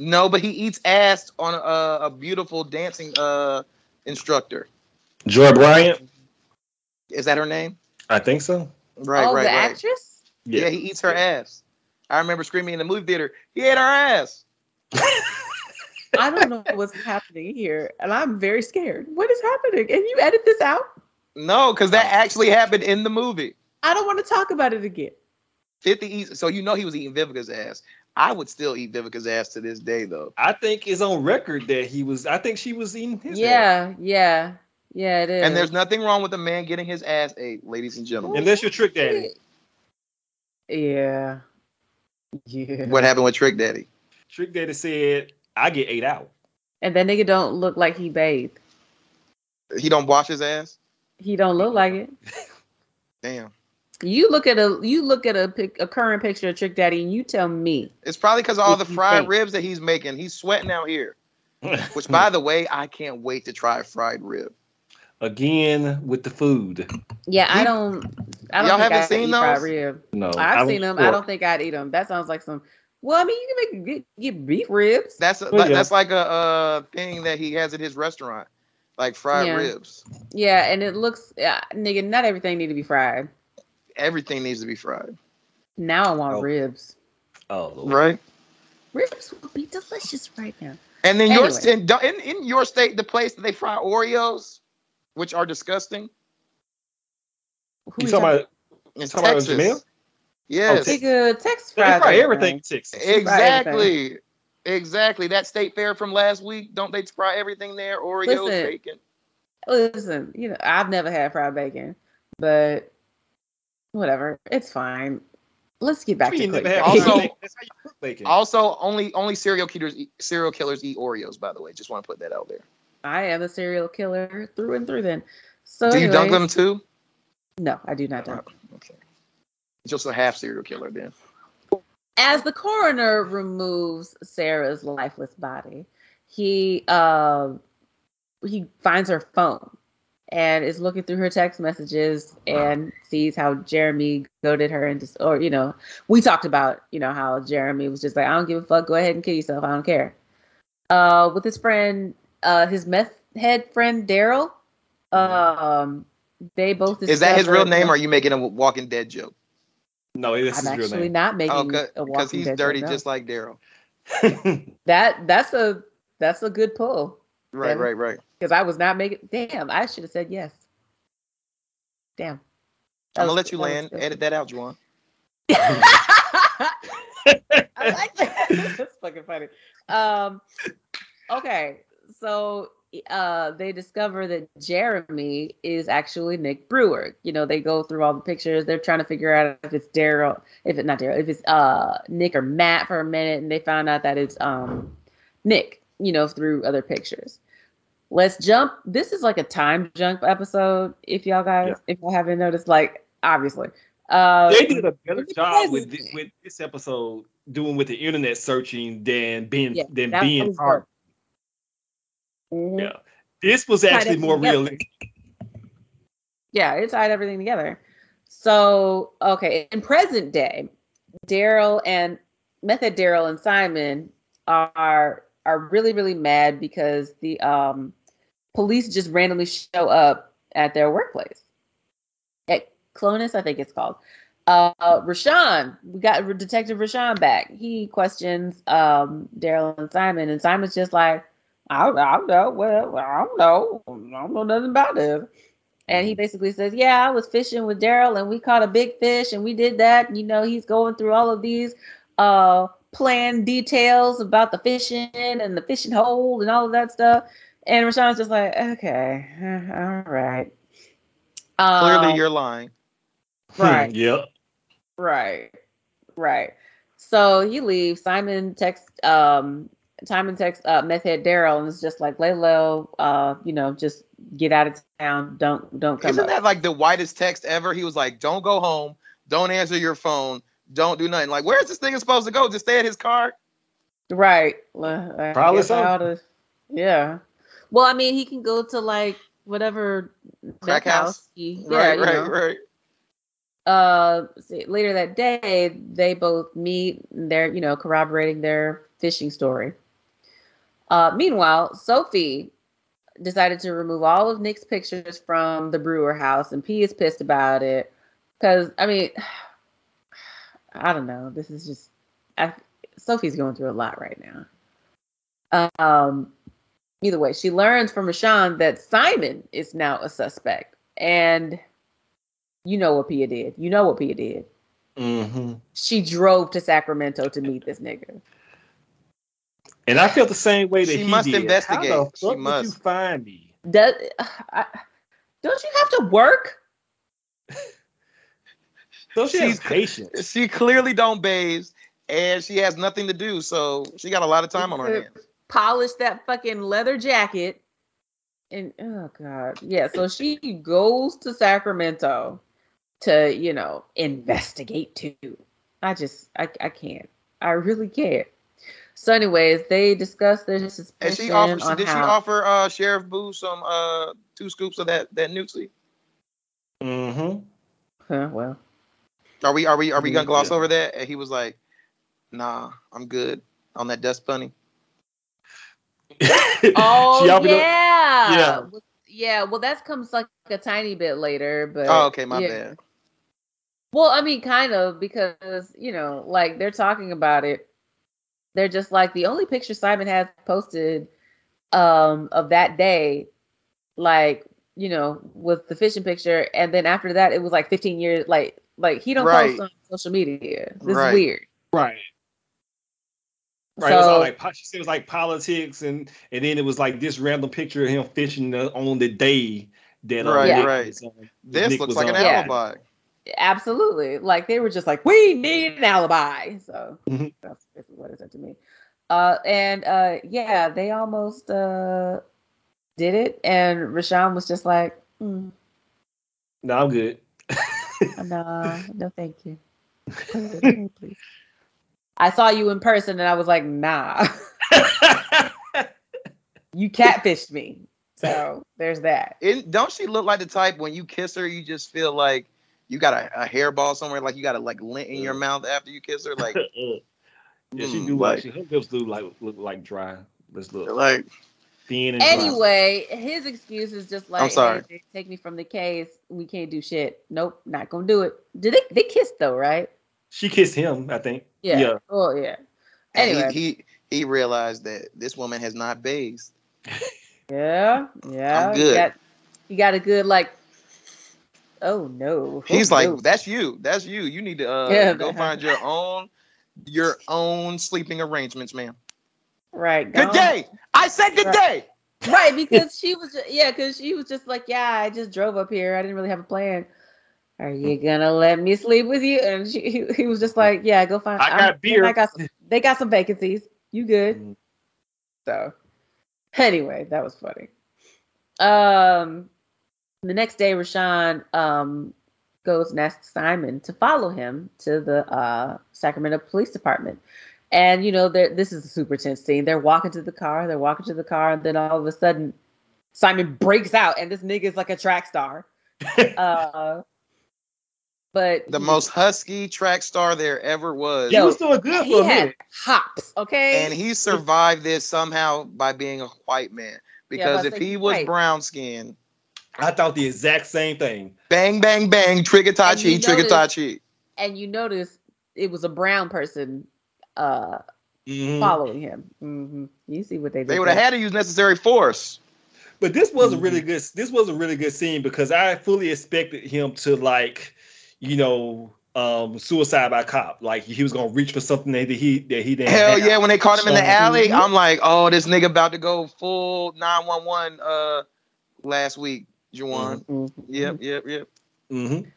No, but he eats ass on a, a beautiful dancing uh instructor.
Joy Bryant,
Is that her name?
I think so.
Right,
oh,
right,
the
right.
actress?
Yeah. he eats her ass. I remember screaming in the movie theater, he ate her ass.
I don't know
(laughs)
what's happening here, and I'm very scared. What is happening? And you edit this out?
No, because that actually happened in the movie.
I don't want to talk about it again.
50 eats, so you know he was eating Vivica's ass. I would still eat Vivica's ass to this day, though.
I think it's on record that he was. I think she was eating his. ass.
yeah, yeah, yeah. It is.
And there's nothing wrong with a man getting his ass ate, ladies and gentlemen.
Unless you're Trick Daddy.
Yeah, yeah.
What happened with Trick Daddy?
Trick Daddy said, "I get eight out." (laughs)
And that nigga don't look like he bathed.
He don't wash his ass?
He don't look like it.
Damn.
You look at a you look at a pic, a current picture of Trick Daddy, and you tell me.
It's probably because all
What
the
you
fried
think? Hmm.
ribs that he's making. He's sweating out here. Which, by the way, I can't wait to try a fried rib.
again with the food.
Yeah, I
You-
don't. I don't
Y'all
think
haven't
I'd
seen
eat fried
those?
rib.
No,
I've
Oh, I was
seen them. I
sure.
don't think I'd eat them. That sounds like some. Well, I mean, you can make get, get beef ribs.
That's a,
Well, yeah.
that's like a, uh thing that he has at his restaurant, like fried
Yeah.
ribs.
Yeah, and it looks, yeah, nigga, not everything need to be fried.
Everything needs to be fried,
Now I want
Oh.
ribs.
Oh, Lord.
right?
Ribs would be delicious right now.
And then your
Anyway.
st- in, in your state, the place that they fry Oreos, which are disgusting,
Who
You talking about?
in
Talking about Jamil?
Texas. Yes,
Texas.
Nigga, Tex
They
fries.
fry everything in Texas.
exactly, exactly. That state fair from last week, don't they fry everything there? Oreos,
Listen.
bacon.
Listen, you know, I've never had fried bacon, but whatever, it's fine. Let's get back
We
to
ain't
Click
never had
Bait. (laughs)
Also-
fried bacon. That's how you cook bacon.
Also, only only serial killers eat, serial killers eat Oreos. By the way, just want to put that out there.
I am a serial killer through and through. Then, so
Do you dunk
anyways-
them too? Oh,
No, I do not dunk.
Okay, just a half serial killer then.
as the coroner removes Sarah's lifeless body, he um he finds her phone and is looking through her text messages and sees how Jeremy goaded her into or you know we talked about you know how Jeremy was just like I don't give a fuck go ahead and kill yourself I don't care uh with his friend uh his meth head friend Daryl um they both
Mm-hmm. Is that his real
discovered-
name? Or are you making a Walking Dead joke?
no, this
I'm
is real
actually
name.
not making
Oh,
a
because
Walking
he's
Dead
dirty,
joke, no.
just like Daryl.
(laughs)
That that's a that's a good pull
Right,
Yeah.
right, right.
because I was not making. Damn, I should have said yes. Damn. That
I'm gonna
was-
let you
was
land.
good.
Edit that out, Juan.
(laughs)
(laughs) I like that. that's fucking funny. Um, okay, so uh, they discover that Jeremy is actually Nick Brewer. You know, they go through all the pictures. They're trying to figure out if it's Daryl, if it's not Daryl, if it's uh, Nick or Matt for a minute, and they found out that it's um, Nick. You know, through other pictures. Let's jump. This is like a time jump episode. If y'all guys,
Yeah.
if y'all haven't noticed, like obviously, uh,
they did a better
it's
job with
crazy.
this, with this episode doing with the internet searching than being
Yeah,
than
that
being
was
hard.
Mhm.
Yeah. This was actually
it
more
together.
realistic.
Yeah, it tied everything together. So, okay, in present day, Daryl and Method Daryl and Simon are are really really mad because the um police just randomly show up at their workplace at Clonus, I think it's called. Uh, Rashawn, we got Detective Rashawn back. He questions um Daryl and Simon, and Simon's just like, I, I don't know. Well, I don't know. I don't know nothing about this. And
Mm-hmm.
he basically says, Yeah, I was fishing with Daryl and we caught a big fish and we did that. And, you know, he's going through all of these uh planned details about the fishing and the fishing hole and all of that stuff. And Rashawn's just like, Okay, (laughs) eh, all right.
Clearly,
Um,
you're lying.
right.
(laughs) yep.
Right. Right. So he leaves. Simon texts um Simon texts uh meth head Daryl and it's just like lay low, uh, you know, just get out of town. Don't don't come
Isn't
up.
that like the whitest text ever? He was like, "Don't go home. Don't answer your phone. Don't do nothing." Like, where's this thing supposed to go? Just stay at his car.
right. Well, I
Probably
guess I
so.
oughta- yeah. Well, I mean he can go to like whatever
Crack
meth
house?
he- yeah,
Right,
you
right,
know.
right.
uh see, later that day they both meet and they're you know corroborating their fishing story uh meanwhile sophie decided to remove all of nick's pictures from the brewer house and p is pissed about it because i mean (sighs) i don't know this is just I, sophie's going through a lot right now um either way she learns from rashawn that simon is now a suspect and you know what Pia did. You know what Pia did.
hmm
She drove to Sacramento to meet this nigga.
And I felt the same way that
She
he
must
did.
investigate.
How the
She
fuck did
must.
you find me?
Does I, don't you have to work?
So she has
She's-
(laughs) patience.
She clearly don't bathe, and she has nothing to do, so she got a lot of time on her
Uh,
hands.
Polish that fucking leather jacket. And oh god, yeah. So she goes to Sacramento to you know investigate too. I just I I can't. I really can't. So, anyways, they discuss their suspicion.
And she offered.
on
did she
how-
offer uh, Sheriff Boo some uh, two scoops of that that Nuxie?
hmm
Huh, well,
Are we are we are we gonna gloss
Yeah.
over that? And he was like, "Nah, I'm good on that dust bunny."
(laughs)
(laughs)
Oh
y'all be the-
yeah.
Yeah.
Well, Yeah, well that comes like a tiny bit later, but
Oh, okay, my
yeah.
bad.
Well, I mean kind of because, you know, like they're talking about it. They're just like the only picture Simon has posted um of that day like, you know, was the fishing picture and then after that it was like 15 years like like he don't
Right.
post on social media. This
Right.
is weird.
Right. Right. it was all like po- she said it was like politics, and and then it was like this random picture of him fishing uh, on the day that uh,
Right,
Nick
right.
was on-
This
Nick
looks
was
like an
on.
Yeah.
alibi.
absolutely like they were just like we need an alibi so
Mhm.
that's basically what it said to me uh and uh yeah they almost uh did it and rashawn was just like mm,
No, I'm (laughs) good.
no no thank you Please, please. i saw you in person and i was like nah (laughs) you catfished me so there's that
It, don't she look like the type when you kiss her, you just feel like you got a, a hairball somewhere, like you got a like lint in your mouth after you kiss her,
(laughs)
like (laughs)
yeah, she
mm,
do like
like
she, her lips do like look like dry. Let's look
like
thin and dry.
anyway his excuse is just like
sorry.
hey, they take me from the case we can't do shit nope not gonna do it did they they kissed though right
she kissed him. I think.
Yeah.
Yeah.
Oh yeah.
and
Anyway.
he, he he realized that this woman has not bathed.
Yeah. Yeah.
I'm
You
good.
got, you got a good like. Oh no.
He's
Oh,
like,
no.
that's you. That's you. You need to uh,
Yeah,
go
but-
find your own your own sleeping arrangements, ma'am.
Right.
Good
gone.
day. I said good day.
(laughs) right because she was ju- yeah because she was just like yeah i just drove up here i didn't really have a plan are you gonna let me sleep with you and she, he, he was just like yeah go find
I got
I'm-
beer.
I got some, they got some vacancies you good
Mm.
Mhm.
so anyway that was funny um the next day rashawn um goes and asks simon to follow him to the uh sacramento police department and you know, they're- this is a super tense scene. They're walking to the car. They're walking to the car, and then all of a sudden, Simon breaks out, and this nigga is like a track star. uh, but
The
he-
most husky track star there ever was.
He was doing good
he
for
had
me.
hops. Okay,
and he survived this somehow by being a white man. Because
but
if
like,
he was
right.
brown skinned,
I thought the exact same thing.
bang, bang,
And
bang,
you
Trigatachi,
notice-
Trigatachi.
and you notice it was a brown person uh,
Mm-hmm.
Mhm.
following him. hmm You see what they did?
They would have
there.
had to use necessary force.
But this was a
Mm-hmm.
really good. This was a really good scene because I fully expected him to like, you know, um, suicide by cop. Like he was gonna reach for something that he that he didn't.
Hell
have.
yeah, when they caught him in
So-
the alley, I'm like, oh, this nigga about to go full 911 uh last week, Juwan.
Mhm.
Yep, yep, yep.
Mhm.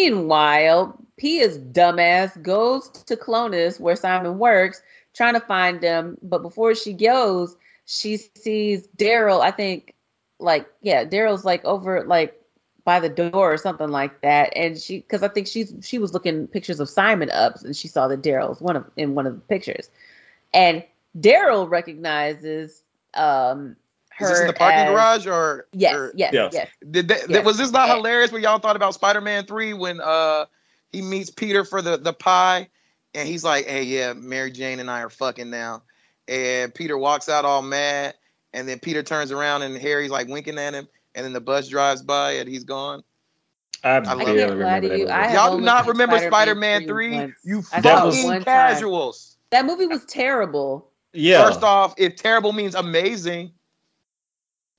Meanwhile, Pia's dumbass goes to Clonus where Simon works, trying to find him. But before she goes, she sees Daryl, I think, like, yeah, Daryl's like over, like, by the door or something like that. And she, because I think she's, she was looking pictures of Simon up and she saw that Daryl's one of, in one of the pictures. And Daryl recognizes, um, her.
Is this in the parking
as-
garage or
Yes,
or-
yes,
Yes.
yes.
Did that,
Yes.
was this not hilarious when y'all thought about Spider-Man 3 when uh he meets Peter for the the pie and he's like, "Hey, yeah, Mary Jane and I are fucking now." And Peter walks out all mad and then Peter turns around and Harry's like winking at him and then the bus drives by and he's gone.
I,
I
barely
can't lie to
remember that
you.
movie.
I have
Y'all do
only
not
seen
remember
Spider-Man
Spider-Man,
3
3
once.
You
I saw
it
one
fucking
time.
casuals.
That movie was terrible.
yeah,
First off, if terrible means amazing,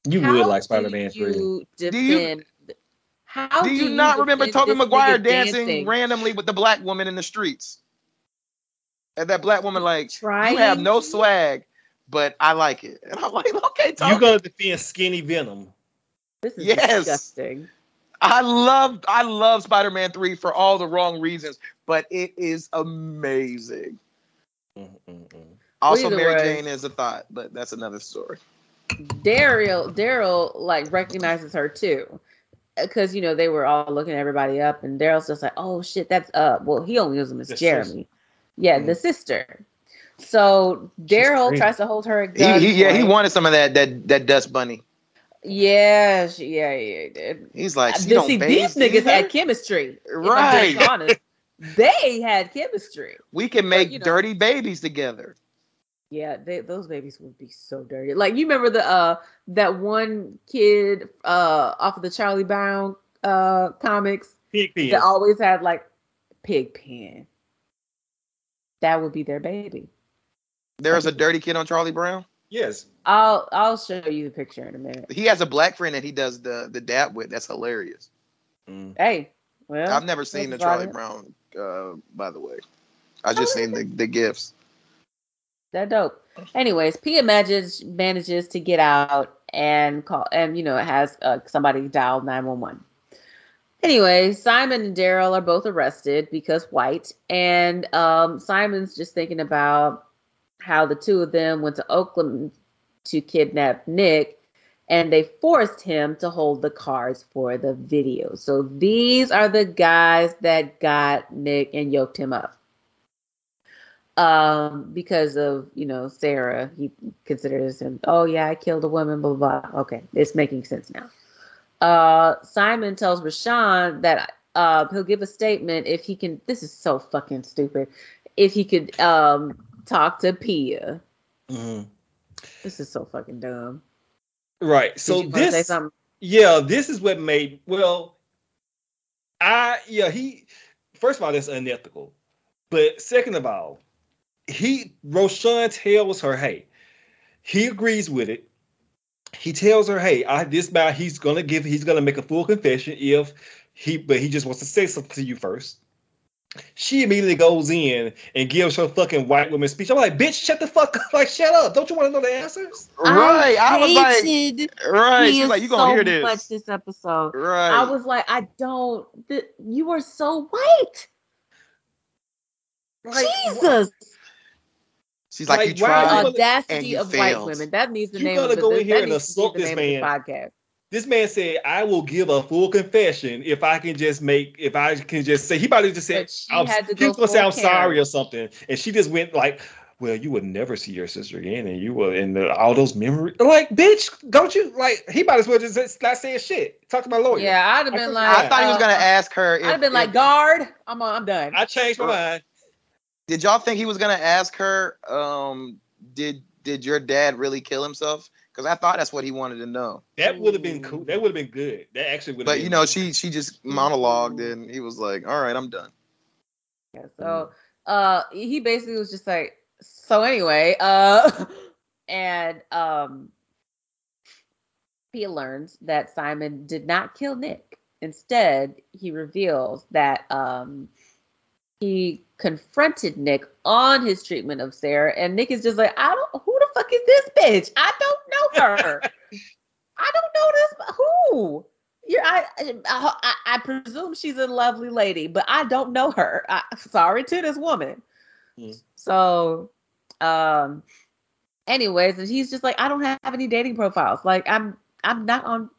you
How
would like
do
Spider-Man Three.
you Defend,
you-
how
do you not remember
defend
Tobey
this
Maguire
nigga
dancing, randomly with the black woman in the streets? And that black woman like,
Trying
you have no
to?
swag, but I like it. And I'm like, (laughs) okay,
You
Tobey.
gonna defend Skinny Venom?
This is
Yes.
disgusting.
I love I love Spider-Man 3 for all the wrong reasons, but it is amazing.
Mm, mm, mm.
Also,
either
Mary
way-
Jane is a thought, but that's another story.
Daryl Daryl like recognizes her too. Cause you know they were all looking everybody up, and Daryl's just like, "Oh shit, that's uh." Well, he only knows him as
The mm.
Jeremy,
sister.
yeah, the sister. So Daryl
green.
tries to hold her.
He,
gun
he- yeah, he
point.
wanted some of that that that dust bunny.
Yeah, she, yeah, yeah, he did.
He's like,
Uh,
she
but
don't
see,
bathe
these niggas
either?
had chemistry. if I'm being
Right.
honest. they had chemistry.
We can make
you know.
dirty babies together.
Yeah, they, those babies would be so dirty. Like you remember the uh that one kid uh off of the Charlie Brown uh comics
Pig pen.
that always had like pig pen. That would be their baby.
There is a dirty kid on Charlie Brown.
yes.
I'll I'll show you the picture in a minute.
He has a black friend that he does the the dap with. That's hilarious.
Mm.
Hey, well,
I've never seen the
that's
Charlie
about it.
Brown. Uh, by the way, I just
Oh,
seen the the gifts.
that dope. Anyways, Pia manages manages to get out and call and you know has uh, somebody dial nine one one. Anyway, Simon and Daryl are both arrested because white, and um, Simon's just thinking about how the two of them went to Oakland to kidnap Nick, and they forced him to hold the cards for the video. So these are the guys that got Nick and yoked him up um because of you know sarah he considers him oh yeah i killed a woman blah blah, blah. okay it's making sense now uh simon tells rashawn that uh he'll give a statement if he can this is so fucking stupid if he could um talk to pia
Mhm.
this is so fucking dumb
Right.
Did
So
you wanna say
this.
something?
Yeah, this is what made well. I yeah he first of all that's unethical, but second of all, he Roshan tells her hey, he agrees with it. He tells her hey, I this about he's gonna give he's gonna make a full confession if he but he just wants to say something to you first. She immediately goes in and gives her fucking white woman speech. I'm like, bitch, shut the fuck up. (laughs) Like, shut up. Don't you want to know the answers?
Right. I, was like,
hated
right. She's
him
like, you gonna
so
hear this.
much this episode.
Right.
I was like, I don't. Th- you are so white.
Like,
Jesus,
She's like,
like,
you
why are
the
tried.
you gonna-
and
audacity
you
of
failed.
white women. That needs the
You
name.
gotta
of the,
go in
that
here and
needs to be
assault
the
this
name of the podcast.
This man said, I will give a full confession if I can just make, if I can just say, he probably just said,
But she
I'm,
had to
he
go.
was gonna say
full
I'm sorry
Karen.
or something, and she just went like, "Well, you would never see your sister again, and you will, and the, all those memories." Like, bitch, don't you like? He might as well just not say shit. Talk to my lawyer.
Yeah, I'd have been
Oh, I
like.
was-
I thought he was
uh,
gonna ask her. If,
I'd have been like,
if-
guard. I'm on, I'm done.
I changed my mind.
did y'all think he was gonna ask her? Um, did did your dad really kill himself? Because I thought that's what he wanted to know.
Mm.
That would have been cool. That would have been good. That actually would.
But you know, she she just monologued, and he was like, "All right, I'm done."
Yeah, so uh he basically was just like so anyway uh (laughs) and um he learns that simon did not kill nick instead he reveals that um he confronted nick on his treatment of sarah and nick is just like i don't who the fuck is this bitch i don't know her i don't know this who you're, I, I, I, I presume she's a lovely lady, but I don't know her. I, sorry to this woman.
Mm.
So, um, anyways, and he's just like, I don't have any dating profiles. Like, I'm, I'm not on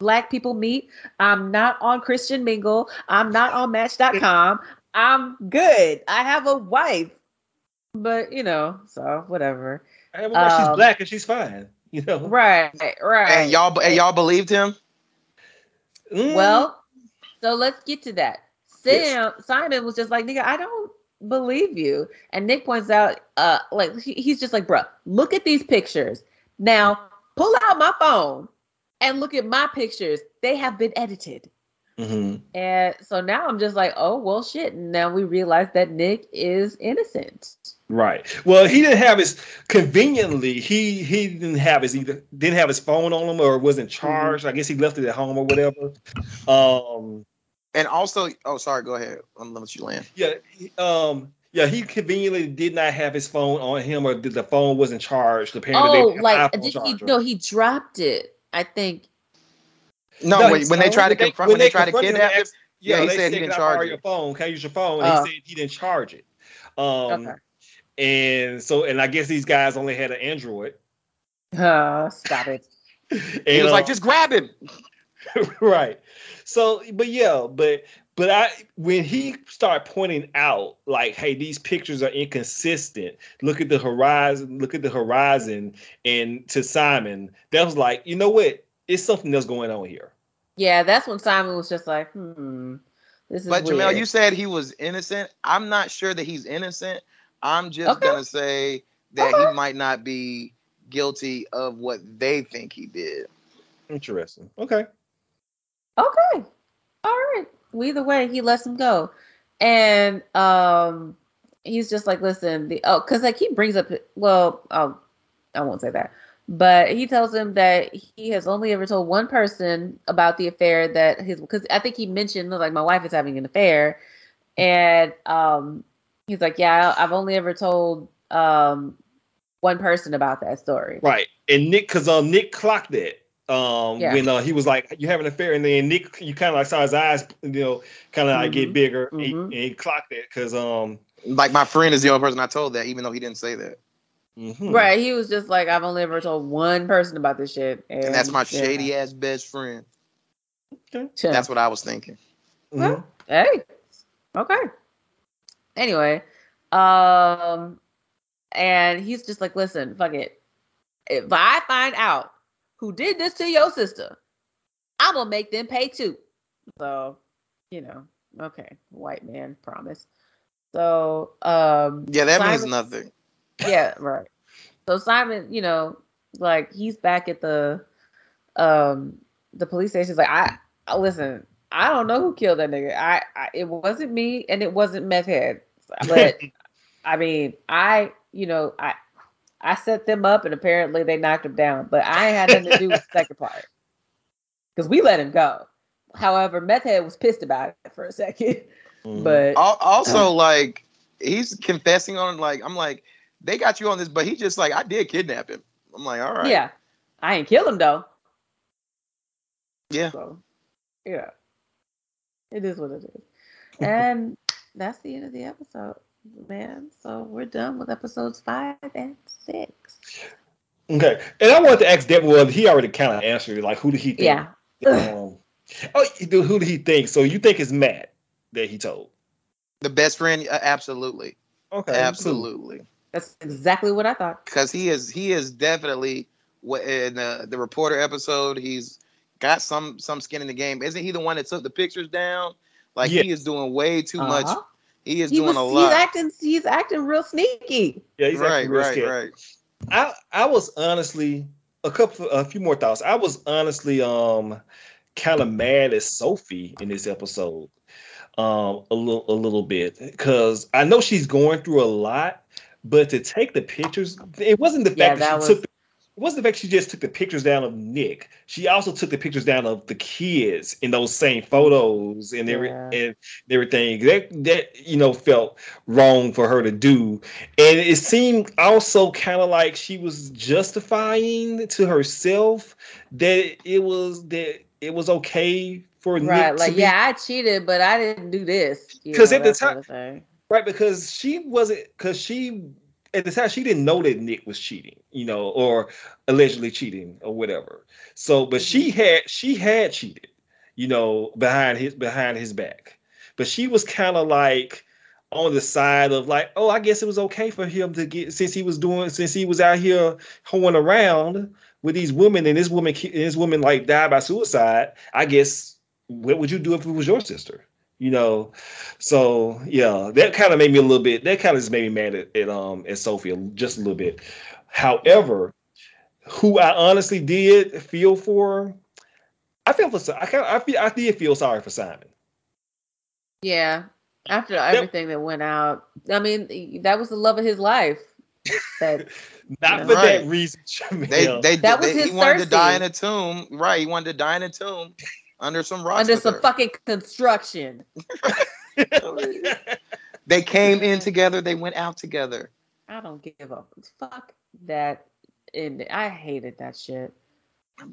Black People Meet. I'm not on Christian Mingle. I'm not on Match.com. I'm good. I have a wife, but you know, so whatever.
I mean, she's
um,
black and she's fine. You know,
Right, right.
And y'all and y'all believed him.
Mm,
Well, so let's get to that.
Yes.
Sam Simon was just like, nigga, I don't believe you. And Nick points out, uh, like he, he's just like, bruh, look at these pictures. Now pull out my phone and look at my pictures. They have been edited.
mhm.
And so now I'm just like, oh well shit. And now we realize that Nick is innocent.
right. Well, he didn't have his conveniently. He he didn't have his either didn't have his phone on him or wasn't
Mm-hmm.
charged. I guess he left it at home or whatever. Um.
And also, oh, sorry, go ahead. I'm gonna let you land.
Yeah, he- um, yeah, he conveniently did not have his phone on him, or the the phone wasn't charged. Apparently, they
oh,
didn't have
like
an iPhone
did he
charger.
no, he dropped it, I think.
No,
No,
when,
he-
when they
no,
tried to
when they-
confront,
when
when they
they
tried to
confronted him,
kidnap
they
him, yeah, he
they
said he didn't
"Can I borrow
charge it."
your phone? Can I use your phone?
Oh.
he said he didn't charge it. Um,
Okay.
and so, and I guess these guys only had an Android.
Oh, stop it.
And
he was like,
um,
"Just grab him."
(laughs) right. So, but yeah, but but I when he started pointing out like, hey, these pictures are inconsistent. Look at the horizon. Look at the horizon. And to Simon, that was like, you know what? It's something that's going on here.
Yeah, that's when Simon was just like, hmm, this is
But
weird.
Jamel, you said he was innocent. I'm not sure that he's innocent. I'm just
Okay.
gonna say that
Okay.
he might not be guilty of what they think he did.
Interesting. Okay.
Okay. All right. Well, either way, he lets him go. And um he's just like, listen, the oh, because like he brings up well, um, I won't say that. But he tells him that he has only ever told one person about the affair that his because I think he mentioned like my wife is having an affair. And um he's like, Yeah, I've only ever told um one person about that story.
Right. And Nick, cause um Nick clocked that. Um
Yeah.
when uh, he was like, You have an affair, and then Nick you kinda like saw his eyes, you know, kinda like
Mhm.
get bigger. and he-
Mhm.
And, he clocked that because um
Like my friend is the only person I told that, even though he didn't say that.
mhm.
Right. He was just like, I've only ever told one person about this shit. And,
And that's my
yeah.
shady ass best friend.
Yeah.
That's what I was thinking.
Mhm.
Well, Hey. Okay. Anyway, um, and he's just like, listen, fuck it. If I find out who did this to your sister, I'm gonna make them pay too. So, you know, okay, white man promise. So, um,
Yeah, that means
Simon-
nothing.
yeah, right. So Simon, you know, like he's back at the um the police station. He's like, I, I listen, I don't know who killed that nigga. I, I it wasn't me and it wasn't meth head. But I mean, I, you know, I I set them up and apparently they knocked him down. But I ain't had nothing to do with the second part. Because we let him go. However, meth head was pissed about it for a second. (laughs)
Mm-hmm.
But
Al- Also, like he's confessing on like I'm like they got you on this, but he just like I did kidnap him. I'm like, all right,
yeah, I ain't kill him though.
Yeah.
So, yeah, it is what it is, and (laughs) that's the end of the episode, man. So we're done with episodes five and six.
okay. And I wanted to ask Devin well, he already kind of answered it, like who did he think?
Yeah.
Um, oh, he- who did he think? So you think it's Matt that he told?
the best friend, uh, absolutely,
Okay,
absolutely,
That's exactly what I thought.
because he is he is definitely what in the the reporter episode. He's got some some skin in the game. Isn't he the one that took the pictures down? Like
Yeah.
he is doing way too much.
Uh-huh.
He is
He
doing
was,
a
He's
lot.
acting. He's acting real sneaky.
Yeah, he's
right,
acting real
right,
scared.
right.
I I was honestly a couple a few more thoughts. I was honestly um kind of mad at Sophie in this episode um a little a little bit because I know she's going through a lot, but to take the pictures, it wasn't the fact
Yeah,
that,
that
she
was-
took. The, it wasn't the fact she just took the pictures down of Nick. She also took the pictures down of the kids in those same photos and, every,
Yeah.
and everything. That that you know felt wrong for her to do. And it seemed also kind of like she was justifying to herself that it was that it was okay for
Right.
Nick
Like,
to be
yeah, I cheated, but I didn't do this. you
'Cause
know,
at the
that sort
ti-
of thing.
right because she wasn't because she at the time she didn't know that Nick was cheating, you know, or allegedly cheating or whatever. So, but she had she had cheated, you know, behind his behind his back. But she was kind of like on the side of like, oh, I guess it was okay for him to get since he was doing since he was out here hoeing around with these women and this woman ki- and this woman like died by suicide. I guess what would you do if it was your sister? You know, so yeah, that kind of made me a little bit. That kind of just made me mad at, at um at Sophia just a little bit. However, who I honestly did feel for, I felt for Si- I kind of, I feel I did feel sorry for Simon.
Yeah. After everything that went out, I mean, that was the love of his life. That
Not for
Right.
that reason. (laughs)
They,
Jamel.
they,
That was
they-
his
he wanted to die in
Cersei.
a tomb. Right, he wanted to die in a tomb under some rocks.
under
with
some
her.
fucking construction.
(laughs) They came in together. They went out together.
I don't give a fuck that. And I hated that shit.
no,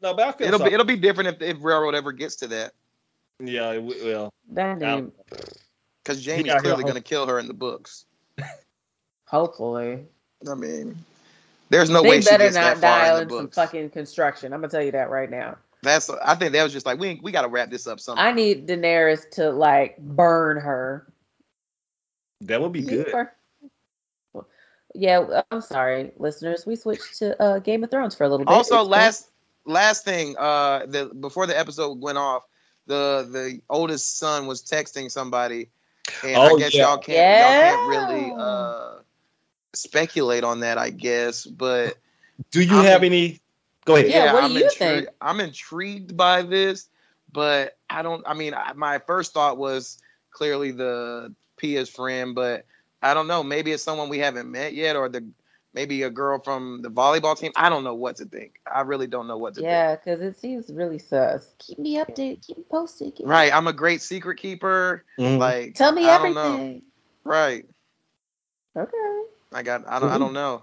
but I feel
It'll
sorry.
be it'll be different if, if railroad ever gets to that
yeah, it, w- well,
That name,
because Jamie's
Yeah, I
clearly
know.
going to kill her in the books.
hopefully,
I mean, there's no
they
way she
better
gets
not
that far
dial
in the
in some
books.
fucking construction. I'm gonna tell you that right now.
That's I think that was just like we we got to wrap this up somehow.
I need Daenerys to like burn her.
that would be good.
Yeah, I'm sorry, listeners. We switched to uh, Game of Thrones for a little bit.
Also,
It's been-
last last thing, uh, the before the episode went off, the the oldest son was texting somebody, and I
Oh,
guess
yeah.
y'all can't y'all can't really
Yeah.
uh speculate on that, I guess. But
Do you
I'm-
have any? Go ahead.
Yeah, what do you
intri-
think?
I'm intrigued by this, but I don't. I mean, I, my first thought was clearly the Pia's friend, but I don't know. Maybe it's someone we haven't met yet, or the maybe a girl from the volleyball team. I don't know what to think. I really don't know what to think.
Yeah, because it seems really sus. Keep me updated. Keep me posted. Keep
Right, I'm a great secret keeper.
Mhm.
Like,
Tell me
I don't know.
everything.
right?
Okay.
I got. I don't.
Mm-hmm.
I don't know.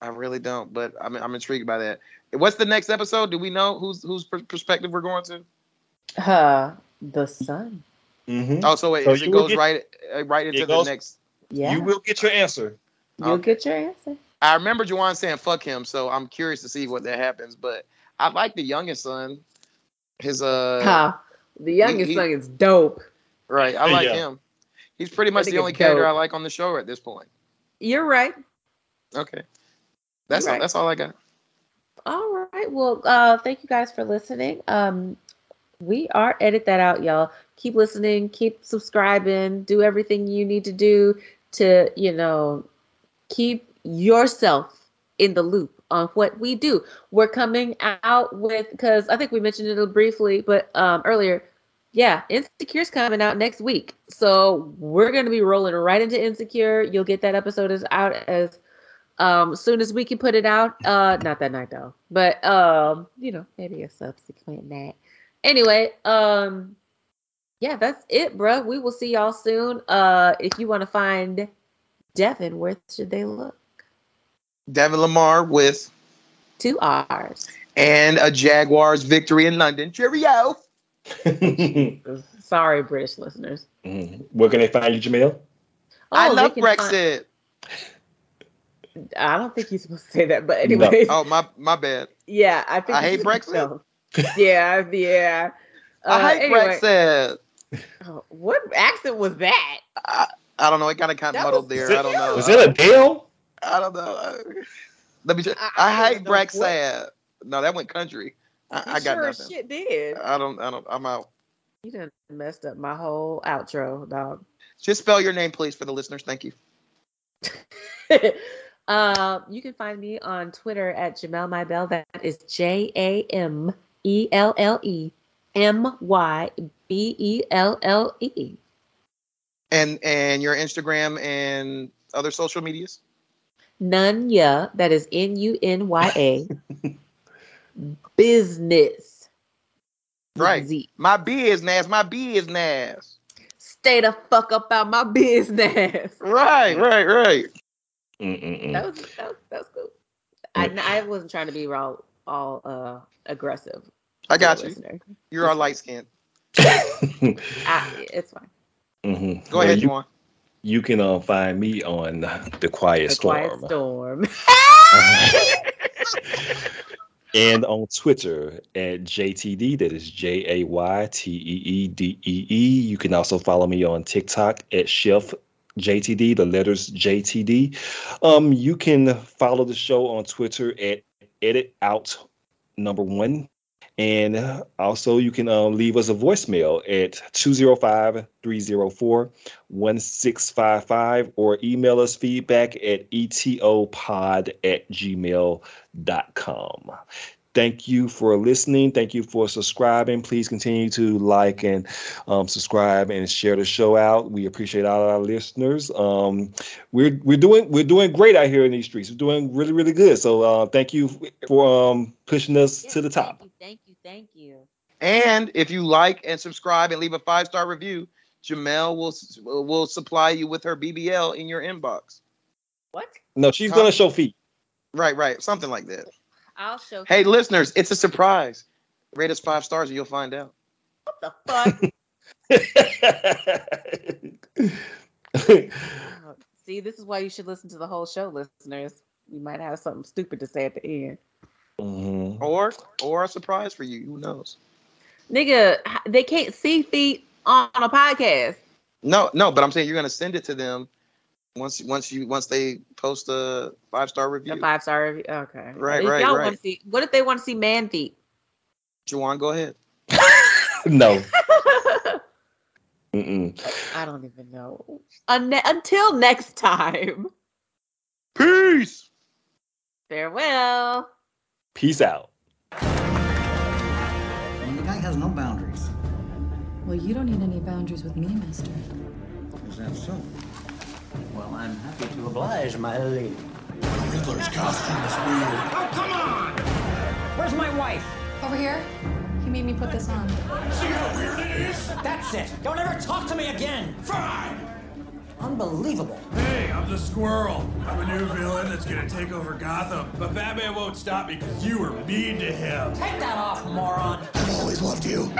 I really don't. But I'm. I'm intrigued by that. What's the next episode? Do we know whose whose per- perspective we're going to?
Uh, the sun.
Mhm.
Oh, so it,
So
it
you will
goes
get-
right uh, right into
It
the
goes-
next.
Yeah.
You
You will.
will get your (laughs) answer.
You'll get your answer.
I remember Juwan saying "fuck him," so I'm curious to see what that happens. But I like the youngest son. His uh,
huh. The youngest
he-
son is dope.
right. I like
Yeah.
him. He's pretty much
think
the only
it's
character
dope.
I like on the show at this point.
You're right.
Okay, that's
You're
all,
right.
that's all I got.
All right. Well, uh, thank you guys for listening. Um, we are edit that out, y'all. Keep listening. Keep subscribing. Do everything you need to do to, you know, keep yourself in the loop on what we do. We're coming out with because I think we mentioned it briefly, but um, earlier, yeah, Insecure's coming out next week, so we're gonna be rolling right into Insecure. You'll get that episode is out as um soon as we can put it out uh not that night though but um you know maybe a subsequent night anyway um yeah, that's it, bruh. We will see y'all soon. Uh, if you want to find Devin, where should they look?
Devin Lamar with
Two R's.
and a Jaguars victory in London.
Oh,
Cheerio.
Sorry, British listeners.
Mhm. Mm-hmm. Where can they find you, Jamel?
I
Oh, they
love
can find-
Brexit.
I don't think you're supposed to say that, but
No.
anyway.
oh my my bad.
(laughs) Yeah, I think
I
you
hate
should
Brexit.
tell. yeah, yeah. Uh,
(laughs) I hate
anyway.
Brexit.
Oh, What accent was that?
I don't know. It kind of kind
That
of muddled
was-
there. I don't know.
Was it a deal?
I don't know. Let me. Just,
I- I
I,
don't
hate
know what-
Brexit. No, that went country. I,
You
I got
sure as
nothing.
Shit did.
I don't. I don't. I'm out.
You done messed up my whole outro, dog. (laughs)
Just spell your name, please, for the listeners. Thank you.
um, you can find me on Twitter at Jamel My Bell. That is J A M E L L E M Y B E L L E.
And and your Instagram and other social medias.
Nunya, that is N U N Y
(laughs)
A. Business. with
Right.
Z.
My business. My business.
Stay the fuck up out my business. (laughs)
Right. Right. Right. Mm.
Mm-mm-mm.
That was that was, that was cool. I, I wasn't trying to be all all uh aggressive.
I got
to the
you.
listener.
You're our light skin.
(laughs)
Ah,
I, it's fine.
Mhm.
Go
Well,
ahead,
You,
Juan.
you can uh, find me on the Quiet
The
Storm,
Quiet
(laughs)
storm.
and on Twitter at JTD. That is J A Y T E E D E E. You can also follow me on TikTok at Chef JTD. The letters JTD. Um, you can follow the show on Twitter at Edit Out Number One. And also, you can um, leave us a voicemail at 205 304 1655 or email us feedback at etopod at gmail.com. Thank you for listening. Thank you for subscribing. Please continue to like and um, subscribe and share the show out. We appreciate all our listeners. Um, we're we're doing we're doing great out here in these streets. We're doing really really good. So uh, thank you for um, pushing us
(laughs)
to the top.
Thank you, thank you.
And if you like and subscribe and leave a five star review, Jamel will will supply you with her BBL in your inbox.
What?
No, she's gonna show feet. (laughs)
Right, right, something like that.
I'll show
Hey, listeners, it's a surprise. Rate us five stars and you'll find out.
what the fuck. Oh, See, this is why you should listen to the whole show, listeners. You might have something stupid to say at the end.
Mhm.
Or or a surprise for you. Who knows?
Nigga, h- they can't see feet on a podcast.
No, no, but I'm saying you're gonna send it to them once once you once they post a five star
A
review.
five star review. Okay.
Right,
if
right,
y'all
right.
want to see, what if they want to see man
(laughs)
feet?
Juwan, go ahead.
No. Mm-mm.
I don't even know. Un- until next time,
Peace.
farewell.
Peace out.
And the guy has no boundaries.
Well, you don't need any boundaries with me, mister.
Is that so? Well, I'm happy to oblige, my lady.
Riddler's costume is weird.
Oh, come on! Where's my wife?
Over here? He made me put this on.
See how weird it is?
That's it! Don't ever talk to me again!
Fine!
Unbelievable.
Hey, I'm the squirrel. I'm a new villain that's gonna take over Gotham. But Batman won't stop me because you were mean to him.
Take that off, moron!
I've always loved you.